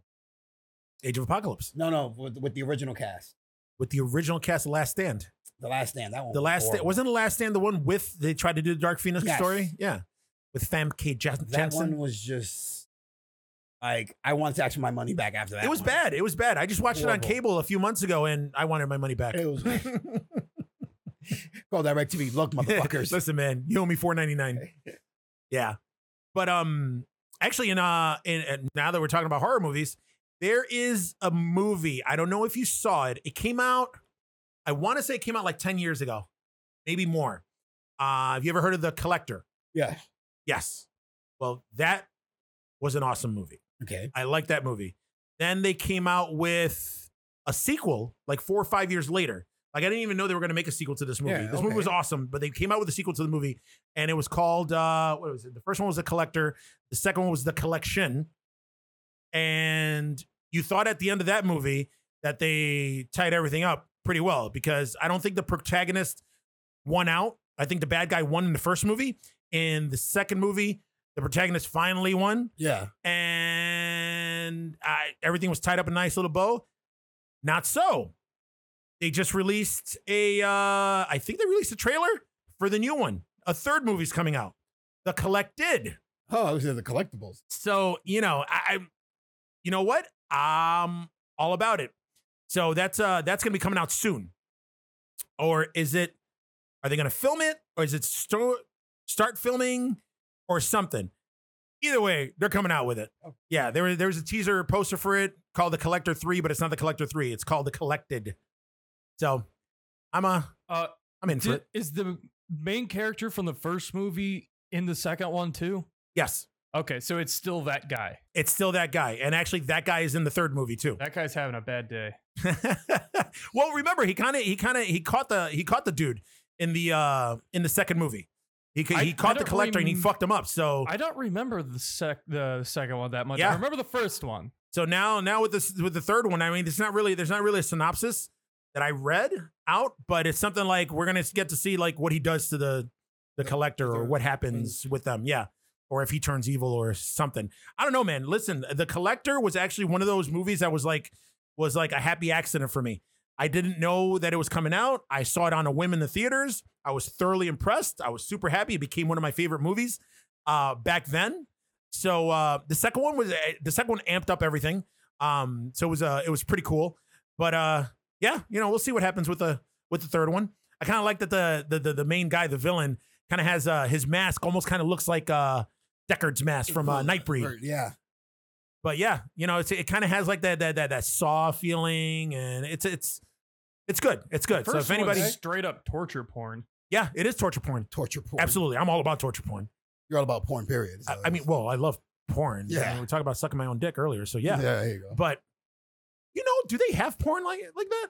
Age of Apocalypse
No, no, with, with the original cast,
with the original cast, The Last Stand.
The Last Stand. That one.
The
was
last sta-
Oh, horrible.
wasn't the last stand the one with they tried to do the Dark Phoenix
Yes.
story, yeah, with Famke J-
that one
Jensen.
was just like I wanted to ask for my money back after that.
It was
one.
bad. It was bad. I just watched it
Horrible.
on cable a few months ago, and I wanted my money back.
It was call direct TV. Look, motherfuckers.
Listen, man, you owe me four ninety nine. Yeah, but um, actually, in uh, in, in- now that we're talking about horror movies, there is a movie. I don't know if you saw it. It came out. I want to say it came out like ten years ago, maybe more. Uh, have you ever heard of The Collector?
yeah.
Yes. Well, that was an awesome movie.
Okay.
I like that movie. Then they came out with a sequel like four or five years later. Like I didn't even know they were going to make a sequel to this movie.
Yeah,
this movie was
okay.
awesome, but they came out with a sequel to the movie, and it was called uh, what was it? The first one was The Collector. The second one was The Collection. And you thought at the end of that movie that they tied everything up pretty well because I don't think the protagonist won out. I think the bad guy won in the first movie. In the second movie, the protagonist finally won
Yeah.
and I, everything was tied up in a nice little bow. Not so. They just released a, uh, I think they released a trailer for the new one. A third movie's coming out, The Collected.
Oh, those are the collectibles.
So you know, I, I you know what? I'm all about it. So that's uh, that's gonna be coming out soon. Or is it? Are they gonna film it, or is it sto- start filming, or something? Either way, they're coming out with it.
Oh.
Okay.
Yeah, there there was a teaser poster for it called the Collector Three, but it's not the Collector Three. It's called the Collected. So I'm a
Uh,
I'm in for
Did,
it.
is the main character from the first movie in the second one too?
Yes,
Okay, so it's still that guy.
it's still that guy, and actually that guy is in the third movie too.
That guy's having a bad day.
well, remember he kind of he kind of he caught the he caught the dude in the uh in the second movie. He ca-
I-
he
I
caught the
don't
collector and he
rem-
fucked him up. So
I don't remember the sec the second one that much.
Yeah.
I remember the first one.
So now, now with this, with the third one, I mean, it's not really, there's not really a synopsis that I read out, but it's something like we're gonna get to see like what he does to the the collector or what happens with them, yeah, or if he turns evil or something. I don't know, man. Listen, the collector was actually one of those movies that was like was like a happy accident for me. I didn't know that it was coming out. I saw it on a whim in the theaters. I was thoroughly impressed. I was super happy. It became one of my favorite movies uh, back then. So uh, the second one was the second one amped up everything. Um, so it was uh, it was pretty cool. But uh, yeah, you know, we'll see what happens with the with the third one. I kind of like that the, the the the main guy, the villain, kind of has uh, his mask almost kind of looks like uh, Deckard's mask from uh, Nightbreed
Yeah.
but yeah, you know, it's, it kind of has like that, that that that saw feeling, and it's it's it's good. It's good. So
First
if anybody,
eh?
one's straight up torture porn.
yeah, it is torture porn.
Torture porn.
Absolutely, I'm all about torture porn.
You're all about porn, period.
I,
so-
I mean, well, I love porn.
Yeah.
I mean, we talked about sucking my own dick earlier, so yeah.
Yeah, there you go.
But you know, do they have porn like like that?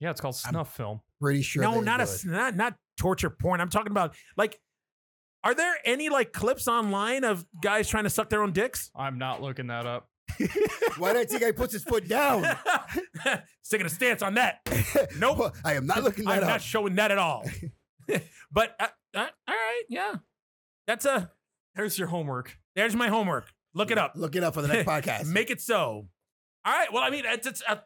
Yeah, it's called
I'm-
snuff film.
Pretty sure.
no,
they
not
would.
a not not torture porn. I'm talking about like, are there any like clips online of guys trying to suck their own dicks?
I'm not looking that up.
Why do I think I puts his foot down?
Sticking a stance on that. Nope.
Well, I am not looking that
I'm
up.
not showing that at all. but uh, uh, all right, yeah, that's a
There's your homework.
there's my homework. Look it up.
Look it up for the next podcast.
Make it so. All right. Well, I mean, it's, it's, uh,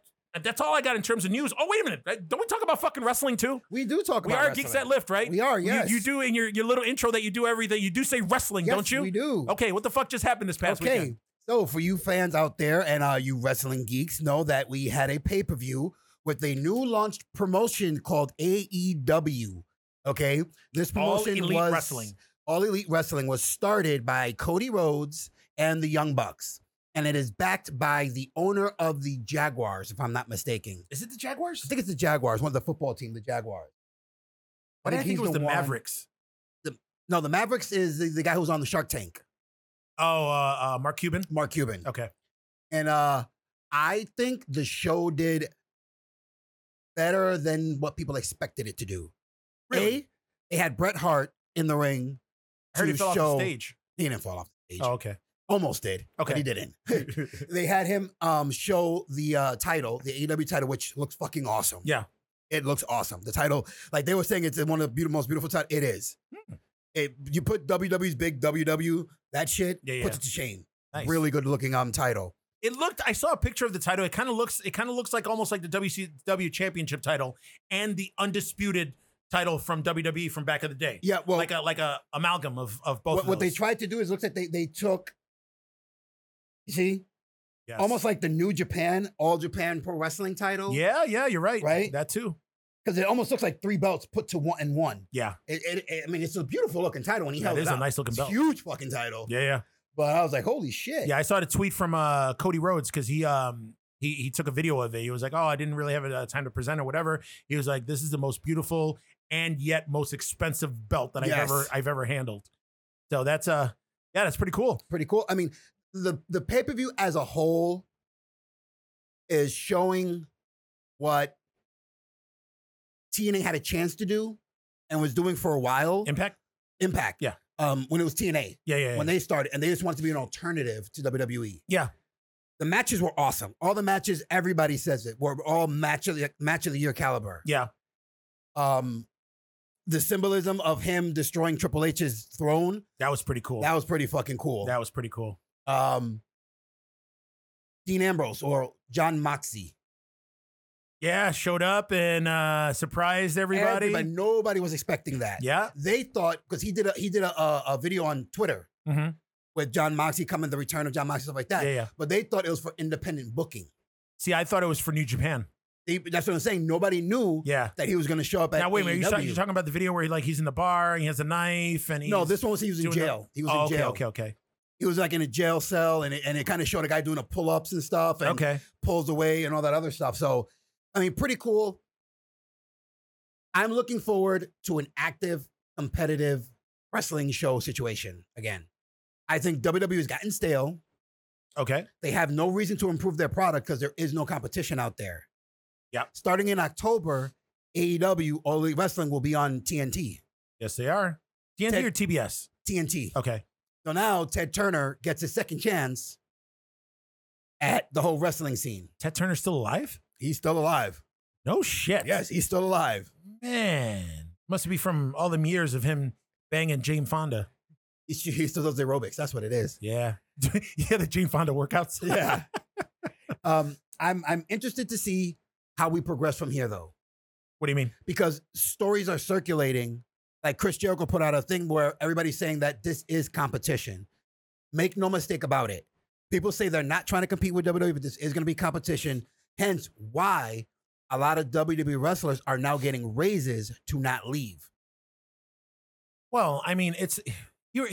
that's all I got in terms of news. Oh, wait a minute. Uh, Don't we talk about fucking wrestling too?
we do talk
We
about
are
wrestling.
geeks that lift, right?
We are,
You-
yes.
You, do in your, your little intro that you do everything. You do say wrestling,
Yes,
don't you?
We do.
Okay. What the fuck just happened this past
okay.
weekend?
So for you fans out there and uh, you wrestling geeks, know that we had a pay per view with a new launched promotion called AEW. Okay, this
All
promotion
elite
was
wrestling.
All Elite Wrestling was started by Cody Rhodes and the Young Bucks, and it is backed by the owner of the Jaguars, if I'm not mistaken.
Is it the Jaguars?
I think it's the Jaguars, one of the football team, the Jaguars.
Why did I think
he's
it was the,
one-
Mavericks.
No, the Mavericks is the, the guy who's on the Shark Tank,
Oh, uh, uh, Mark Cuban.
Mark Cuban.
Okay.
And uh I think the show did better than what people expected it to do.
Really?
A, it had Bret Hart in the ring.
I heard he
to
fell
show-
off the stage.
He didn't fall off the stage.
Oh, okay.
Almost did. But he
Okay.
didn't. they had him um show the uh title, the AEW title, which looks fucking awesome.
Yeah.
It looks awesome. The title, like they were saying, it's one of the beautiful, most beautiful titles. It is.
Hmm.
It, you put WWE's big WW, that shit,
Yeah,
puts
yeah.
it to shame.
Nice.
Really good looking um title.
It looked. I saw a picture of the title. It kind of looks. It kind of looks like almost like the WCW Championship title and the undisputed title from WWE from back of the day.
Yeah, well,
like a like a amalgam of of both.
what,
of
what they
those.
tried to do is looks like they they took you see
Yes.
almost like the new japan all japan pro wrestling title
Yeah, yeah, you're right.
Right?
that too.
because it almost looks like three belts put to one and one
Yeah,
it, it, it- i mean it's a beautiful looking title and he
yeah
held
it
it
is a
up.
nice looking
It's
belt.
huge fucking title
Yeah, yeah,
but i was like holy shit
yeah. I saw the tweet from uh, Cody Rhodes because he um he he took a video of it. He was like, "Oh, I didn't really have uh, time to present or whatever." He was like, "This is the most beautiful and yet most expensive belt that I've
Yes.
ever I've ever handled." So that's uh yeah, that's pretty cool.
pretty cool i mean the the pay-per-view as a whole is showing what tna had a chance to do and was doing for a while
Impact.
impact
Yeah.
um when it was tna
Yeah, yeah, yeah.
when they started, and they just wanted to be an alternative to WWE.
Yeah.
The matches were awesome. All the matches, everybody says it, were all match of the, match of the year caliber.
Yeah.
Um, the symbolism of him destroying Triple H's throne,
That was pretty cool.
that
That,
was pretty fucking cool.
was pretty cool.
Um, Dean Ambrose or John Moxie.
Yeah, showed up and uh surprised everybody.
nobody was expecting that.
Yeah.
They thought, because he did a, he did a, a, a video on Twitter
Mhm.
with John Moxie coming, the return of John Moxie, stuff like that.
Yeah, yeah.
But they thought it was for independent booking.
See, I thought it was for New Japan.
They, that's what I'm saying. Nobody knew
Yeah.
that he was going to show up at. E
now wait a minute, you're,
AEW.
talking- you're talking about the video where he like he's in the bar, he has a knife and he's
no, this one was he was in
doing the-
jail. He was
oh,
in
okay,
jail.
okay, okay.
He was like in a jail cell, and it, and it kind of showed a guy doing a pull ups and stuff, and
Okay.
pulls away and all that other stuff. So, I mean, pretty cool. I'm looking forward to an active, competitive wrestling show situation again. I think WWE has gotten stale.
Okay.
They have no reason to improve their product because there is no competition out there.
Yep.
Starting E in October, AEW All Elite Wrestling will be on TNT.
Yes, they are. TNT
Ted-
or TBS?
TNT.
Okay.
So now Ted Turner gets his second chance at the whole wrestling scene.
Ted Turner's still alive?
He's still alive.
No shit.
Yes, he's still alive.
Man. Must be from all them years of him banging Jane Fonda.
He, sh- he still does aerobics. That's what it is.
Yeah. yeah, the Jane Fonda workouts.
Yeah. um, I'm I'm interested to see how we progress from here though,
what do you mean?
because stories are circulating. Like Chris Jericho put out a thing where everybody's saying that this is competition. Make no mistake about it. People say they're not trying to compete with WWE, but this is going to be competition. Hence, why a lot of WWE wrestlers are now getting raises to not leave.
Well, I mean, it's you're.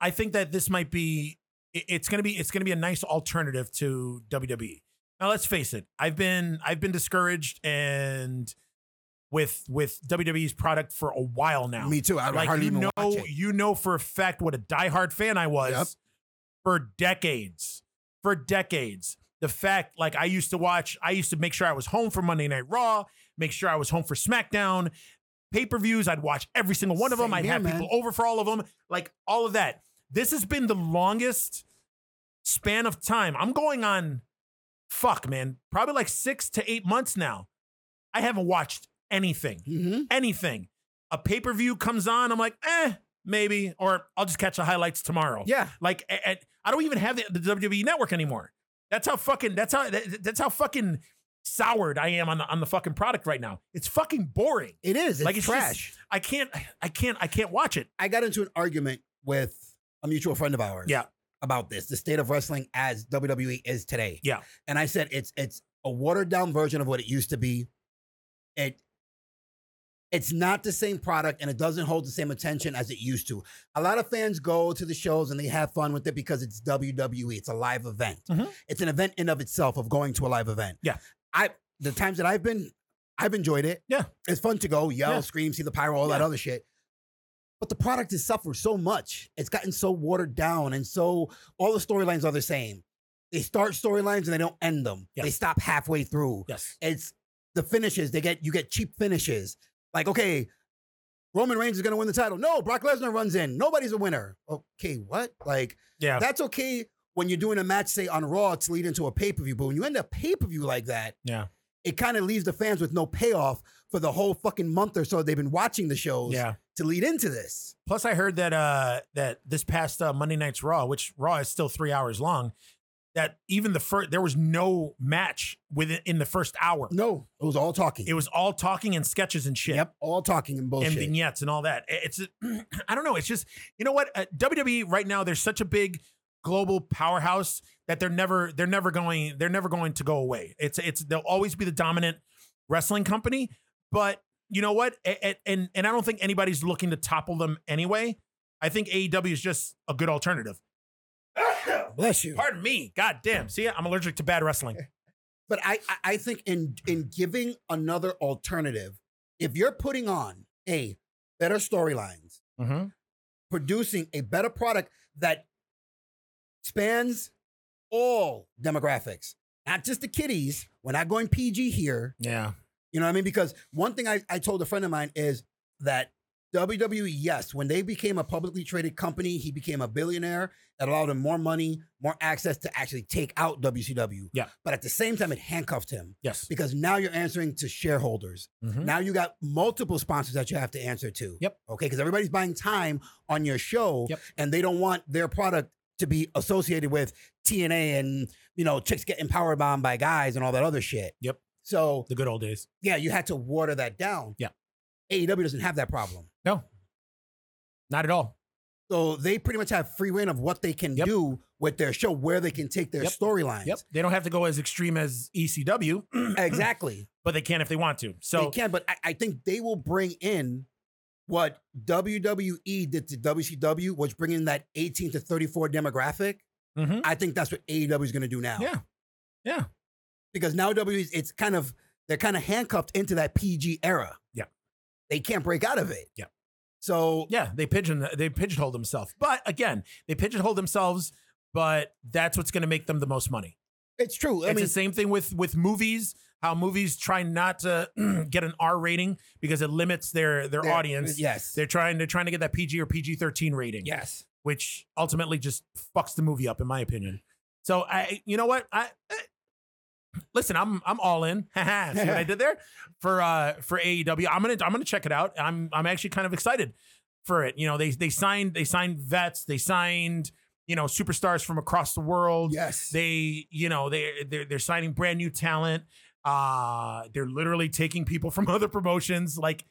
I think that this might be. it- It's gonna be. It's gonna be a nice alternative to WWE. Now, let's face it. I've been. I've been discouraged and with with WWE's product for a while now.
Me too. I
like
hardly
you
even
know,
watch it.
you know for a fact what a diehard fan I was
Yep.
for decades, for decades. The fact, like I used to watch, I used to make sure I was home for Monday Night Raw, make sure I was home for SmackDown, pay per views. I'd watch every single one of them.
Same
I'd
here,
have
man.
people over for all of them, like all of that. This has been the longest span of time. I'm going on, fuck, man, probably like six to eight months now. I haven't watched anything
Mhm.
anything. A pay per view comes on, I'm like, eh, maybe, or I'll just catch the highlights tomorrow.
Yeah.
Like, a- a- I don't even have the, the WWE network anymore. That's how fucking. That's how. that- that's how fucking soured I am on the on the fucking product right now. It's fucking boring.
It is. It's
Like,
like
it's just-
trash.
I can't. I can't. I can't watch it.
I got into an argument with a mutual friend of ours.
Yeah.
About this, the state of wrestling as WWE is today.
Yeah.
And I said it's it's a watered down version of what it used to be. It it's not the same product and it doesn't hold the same attention as it used to. A lot of fans go to the shows and they have fun with it because it's WWE. It's a live event.
Mhm.
It's an event in of itself of going to a live event.
Yeah.
I the times that I've been, I've enjoyed it.
Yeah.
It's fun to go, yell,
Yeah.
scream, see the pyro, all that
Yeah.
other shit. But the product has suffered so much. It's gotten so watered down and so all the storylines are the same. They start storylines and they don't end them.
Yeah.
They stop halfway through.
Yes.
It's the finishes. They get you get cheap finishes. Like, okay, Roman Reigns is gonna win the title. No, Brock Lesnar runs in. Nobody's a winner. Okay, what? Like
Yeah.
that's okay when you're doing a match, say on Raw, to lead into a pay per view. But when you end a pay per view like that,
Yeah.
it kind of leaves the fans with no payoff for the whole fucking month or so they've been watching the shows
yeah.
to lead into this.
Plus, I heard that uh that this past uh, Monday night's Raw, which Raw is still three hours long, that even the first there was no match within in the first hour.
No, it was all talking.
It was all talking and sketches and shit.
Yep, all talking and bullshit.
and vignettes and all that. It's I don't know. It's just you know what uh, WWE right now. They're such a big global powerhouse that they're never they're never going they're never going to go away. It's it's they'll always be the dominant wrestling company. But you know what? A- a- and and I don't think anybody's looking to topple them anyway. I think AEW is just a good alternative.
Bless you.
Pardon me. God damn. See, I'm allergic to bad wrestling.
But I, I- I think in in giving another alternative, if you're putting on a better storylines,
Mm-hmm.
producing a better product that spans all demographics, not just the kiddies. We're not going PG here.
Yeah.
You know what I mean? Because one thing I, I told a friend of mine is that WWE, yes, when they became a publicly traded company, he became a billionaire that allowed him more money, more access to actually take out WCW.
Yeah.
But at the same time, it handcuffed him
Yes.
because now you're answering to shareholders.
Mhm.
Now you got multiple sponsors that you have to answer to.
Yep.
Okay. Because everybody's buying time on your show
Yep.
and they don't want their product to be associated with TNA and, you know, chicks getting power bombed by guys and all that other shit.
Yep.
So
The good old days.
yeah, you had to water that down.
Yeah.
AEW doesn't have that problem.
Not at all.
So they pretty much have free reign of what they can
Yep.
do with their show, where they can take their
Yep.
storylines.
Yep. They don't have to go as extreme as E ECW.
Exactly.
but they can if they want to.
they
So
can, but I, I think they will bring in what WWE did to WCW was bringing that 18 to 34 demographic.
Mhm.
I think that's what AEW is going to do now.
Yeah. Yeah.
Because now WWE, is- it's kind of, they're kind of handcuffed into that PG era.
Yeah.
They can't break out of it.
Yeah.
So
yeah, they pigeon they pigeonhole themselves. But again, they pigeonhole themselves, but that's what's going to make them the most money.
It's true. I
it's
mean,
the same thing with with movies. How movies try not to get an R rating because it limits their their
they're-
audience.
Yes.
They're trying they're trying to get that PG or PG thirteen rating.
Yes.
which ultimately just fucks the movie up, in my opinion. So I, you know what, I. eh, Listen, I'm I'm all in. Haha, See what I did there for uh for AEW. I'm gonna I'm gonna check it out. I'm I'm actually kind of excited for it. You know they they signed they signed vets. They signed you know superstars from across the world.
Yes.
They you know they they're, they're signing brand new talent. Uh they're literally taking people from other promotions. Like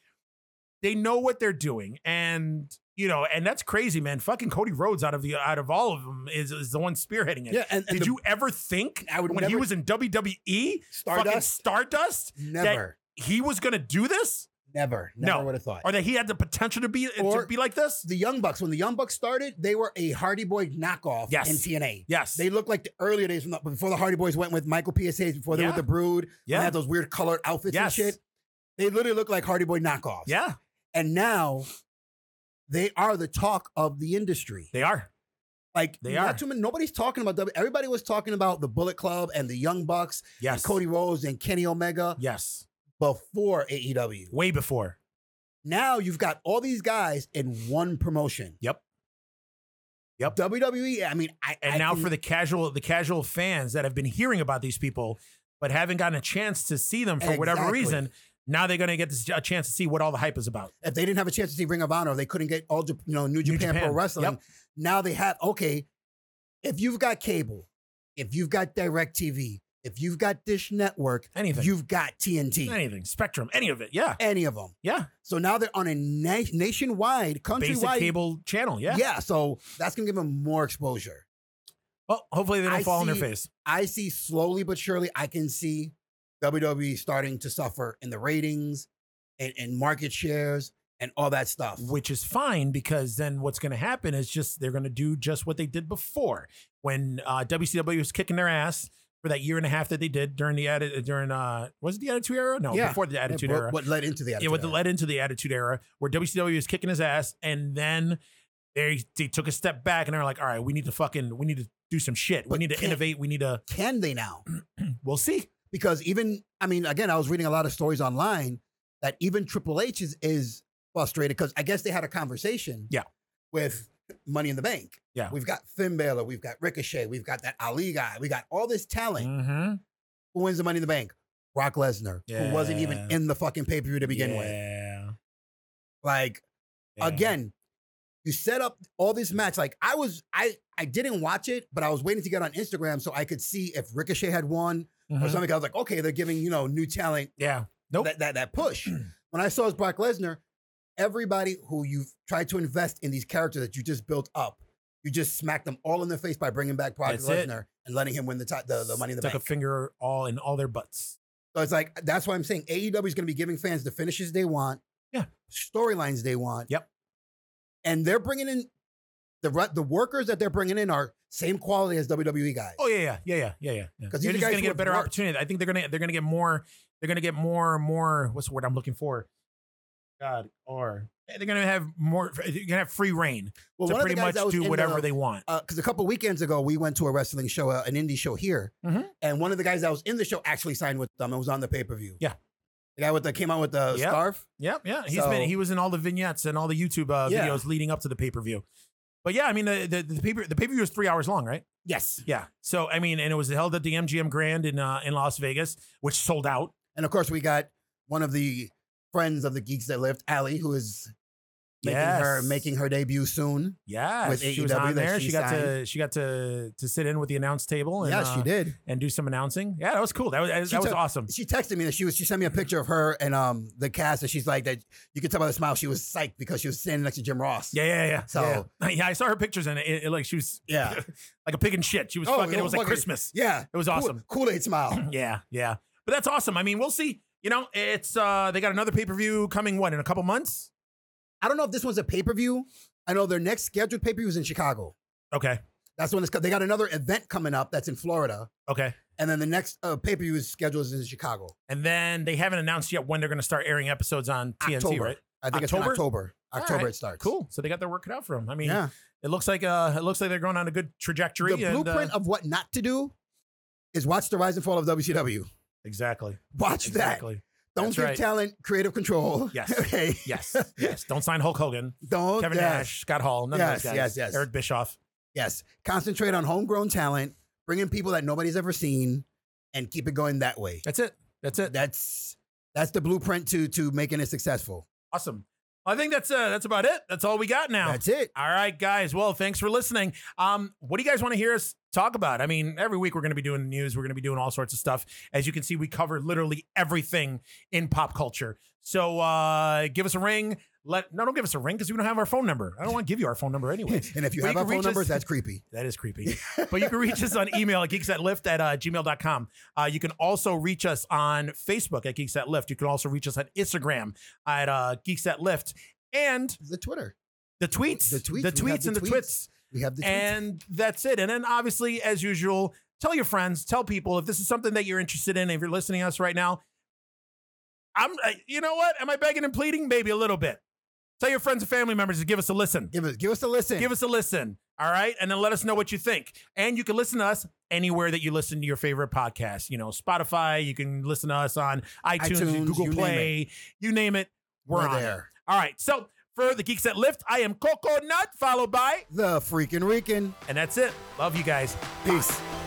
they know what they're doing and you know and that's crazy man fucking cody rhodes out of the out of all of them is, is the one spearheading it
yeah. And, and
did
the
you ever think
I would
when he
never-
was in wwe fucking
Stardust?
stardust
Never.
he was gonna do this
never.
No.
Never would have thought.
or that he had the potential to be
Or-
to be like this
The Young Bucks, when the Young Bucks started, they were a Hardy Boy knockoff
Yes.
in TNA.
yes
They looked like the earlier days from the, before the Hardy Boys went with Michael PSAs, before they were
Yeah.
with the Brood, when they
Yeah.
had those weird colored outfits
Yes.
and shit. They literally look like Hardy Boy knockoffs.
yeah
And now they are the talk of the industry.
they are
Like
They
not
are.
too many, nobody's talking about W. Everybody was talking about the Bullet Club and the Young Bucks,
yes
Cody Rhodes and Kenny Omega
yes
before E AEW.
way before
Now you've got all these guys in one promotion.
Yep. Yep.
WWE. I mean, I
and
I
now
can-
for the casual the casual fans that have been hearing about these people but haven't gotten a chance to see them for whatever
Exactly.
reason now they're gonna get this, a chance to see what all the hype is about
if they didn't have a chance to see Ring of Honor, they couldn't get all Jap- you know New Japan, Pro
Japan.
Wrestling.
Yep.
Now they have okay. If you've got cable, if you've got Direct TV, if you've got Dish Network,
anything
you've got TNT.
anything spectrum any of it yeah
Any of them.
yeah
So now they're on a na- nationwide,
basic
countrywide.
cable channel yeah.
Yeah. So that's gonna give them more exposure.
well hopefully they don't
I
fall on their
see-
face
I see slowly but surely. I can see WWE starting to suffer in the ratings and, and market shares and all that stuff.
which is fine because then what's gonna happen is just they're gonna do just what they did before when uh, WCW was kicking their ass for that year and a half that they did during the atti- during uh was it the attitude era no
Yeah.
before the
Yeah,
attitude
what-
era
What led into the
yeah,
attitude?
what
Era.
led into the Attitude Era, where WCW was kicking his ass, and then they they took a step back and they're like, all right, we need to fucking we need to do some shit.
But
we need to
can't-
innovate. We need to.
can they now?
We'll see.
because even I mean, again, I was reading a lot of stories online that even Triple H is, is frustrated because I guess they had a conversation,
Yeah.
with Money in the Bank.
Yeah.
we've got Finn Balor, we've got Ricochet, we've got that Ali guy, we got all this talent.
Mm-hmm.
Who wins the Money in the Bank? Brock Lesnar, who wasn't even
Yeah.
in the fucking pay per view to begin with.
Yeah.
Like again, you set up all this match. Like I was, I I didn't watch it, but I was waiting to get on Instagram so I could see if Ricochet had won or
Mhm.
something. I was like, okay, they're giving you know new talent
Yeah. Nope. Mm.
that, that that push. when I saw as Brock Lesnar, everybody who you've tried to invest in these characters that you just built up, you just smacked them all in the face by bringing back Brock
That's it.
Lesnar and letting him win the, ti- the the money in the
Stuck
bank.
a finger all in all their butts.
so it's like that's why I'm saying AEW is going to be giving fans the finishes they want,
Yeah.
storylines they want.
Yep.
and they're bringing in the ru- the workers that they're bringing in are same quality as WWE guys.
Oh yeah, yeah, yeah, yeah, yeah. yeah.
'Cause
They're
these
just
guys
gonna
who
get a
have
better
worked-
opportunity. I think they're gonna they're gonna get more. They're gonna get more more. What's the word I'm looking for? God or they're gonna have more. They're gonna have free reign
Well, one
to
of the
pretty
guys
much
that was
do
in
whatever
the-
they want.
because a couple weekends ago we went to a wrestling show, uh, an indie show here,
Mhm.
and one of the guys that was in the show actually signed with them and was on the pay per view.
Yeah.
the guy with the came out with the
Yeah.
scarf.
Yep, yeah. He's
So-
been he was in all the vignettes and all the YouTube uh,
Yeah.
videos leading up to the pay per view. But yeah, I mean the the, the pay the pay per view was three hours long, right?
Yes,
Yeah. So I mean, and it was held at the MGM Grand in uh, in Las Vegas, which sold out.
and of course we got one of the friends of the geeks that lived, Allie, who is making her
Yes.
making her debut soon.
Yeah,
With
she was
AEW
on
that
there.
she
She, got to she got to to sit in with the announce table. And,
yes,
uh,
she did.
and do some announcing. Yeah, that was cool. That was that,
She
was
took-
awesome.
She texted me that she was. She sent me a picture of her and um the cast, and she's like that. You could tell by the smile she was psyched because she was standing next to Jim Ross.
Yeah, yeah, yeah.
So-
yeah, yeah I saw her pictures and it, it, like she was
yeah,
like a pig in shit. She was
Oh,
fucking.
it
It
was
was like
fucking-
Christmas.
yeah.
It was awesome.
Kool Aid smile.
Yeah, yeah. But that's awesome. I mean, we'll see. You know, it's uh they got another pay per view coming. What in a couple months?
I don't know if this one's a pay per view. I know their next scheduled pay per view is in Chicago.
Okay,
That's when it's, co- they got another event coming up that's in Florida,
okay.
and then the next uh, pay per view is scheduled is in Chicago.
And then they haven't announced yet when they're going to start airing episodes on TNT,
October.
right?
I think
October?
it's in October.
All
October
right.
it starts.
Cool. So they got their work cut out for them. I mean,
Yeah.
it looks like uh it looks like they're going on a good trajectory.
The
and, uh,
blueprint of what not to do is watch the rise and fall of WCW.
Exactly.
Watch
Exactly.
that. Don't
That's
give
right.
talent creative control.
Yes.
Okay.
Yes. Yes. Don't sign Hulk Hogan,
Don't.
Kevin
Oh, yes.
Nash, Scott Hall. None
Yes,
of those guys.
yes, yes.
Eric Bischoff.
Yes. Concentrate on homegrown talent. Bring in people that nobody's ever seen, and keep it going that way.
That's it. That's it.
That's that's the blueprint to to making it successful.
Awesome. I think that's uh, that's about it. That's all we got now.
That's it.
All right, guys. Well, thanks for listening. Um, what do you guys want to hear us talk about? I mean, every week we're going to be doing the news. We're going to be doing all sorts of stuff. As you can see, we cover literally everything in pop culture. So uh, give us a ring. Let no, don't give us a ring because we don't have our phone number. I don't want to give you our phone number anyway.
And if you
Well,
have our
you can
phone
reach
numbers,
us-
that's creepy.
That is creepy. but you can reach us on email at geeksatlift at uh, gmail.com. Uh, you can also reach us on Facebook at Geeks at Lift. You can also reach us on Instagram at uh, Geeks at Lift. And
The Twitter.
the tweets,
The tweets.
the
We have
tweets,
the
and the
tweets.
twits.
We have the tweets.
And that's it. And then obviously, as usual, tell your friends, tell people if this is something that you're interested in, if you're listening to us right now. I'm, uh, you know what? Am I begging and pleading? Maybe a little bit. Tell your friends and family members to give us a listen.
give us give us a listen.
Give us a listen. All right. And then let us know what you think. And you can listen to us anywhere that you listen to your favorite podcast. You know, Spotify, you can listen to us on iTunes,
iTunes,
Google
you name
Play, you name it. We're,
We're
on there.
there.
All right. So for the Geeks that Lift, I am Coco Nut, followed by,
the freaking Rican.
and that's it. Love you guys.
Peace.
Bye.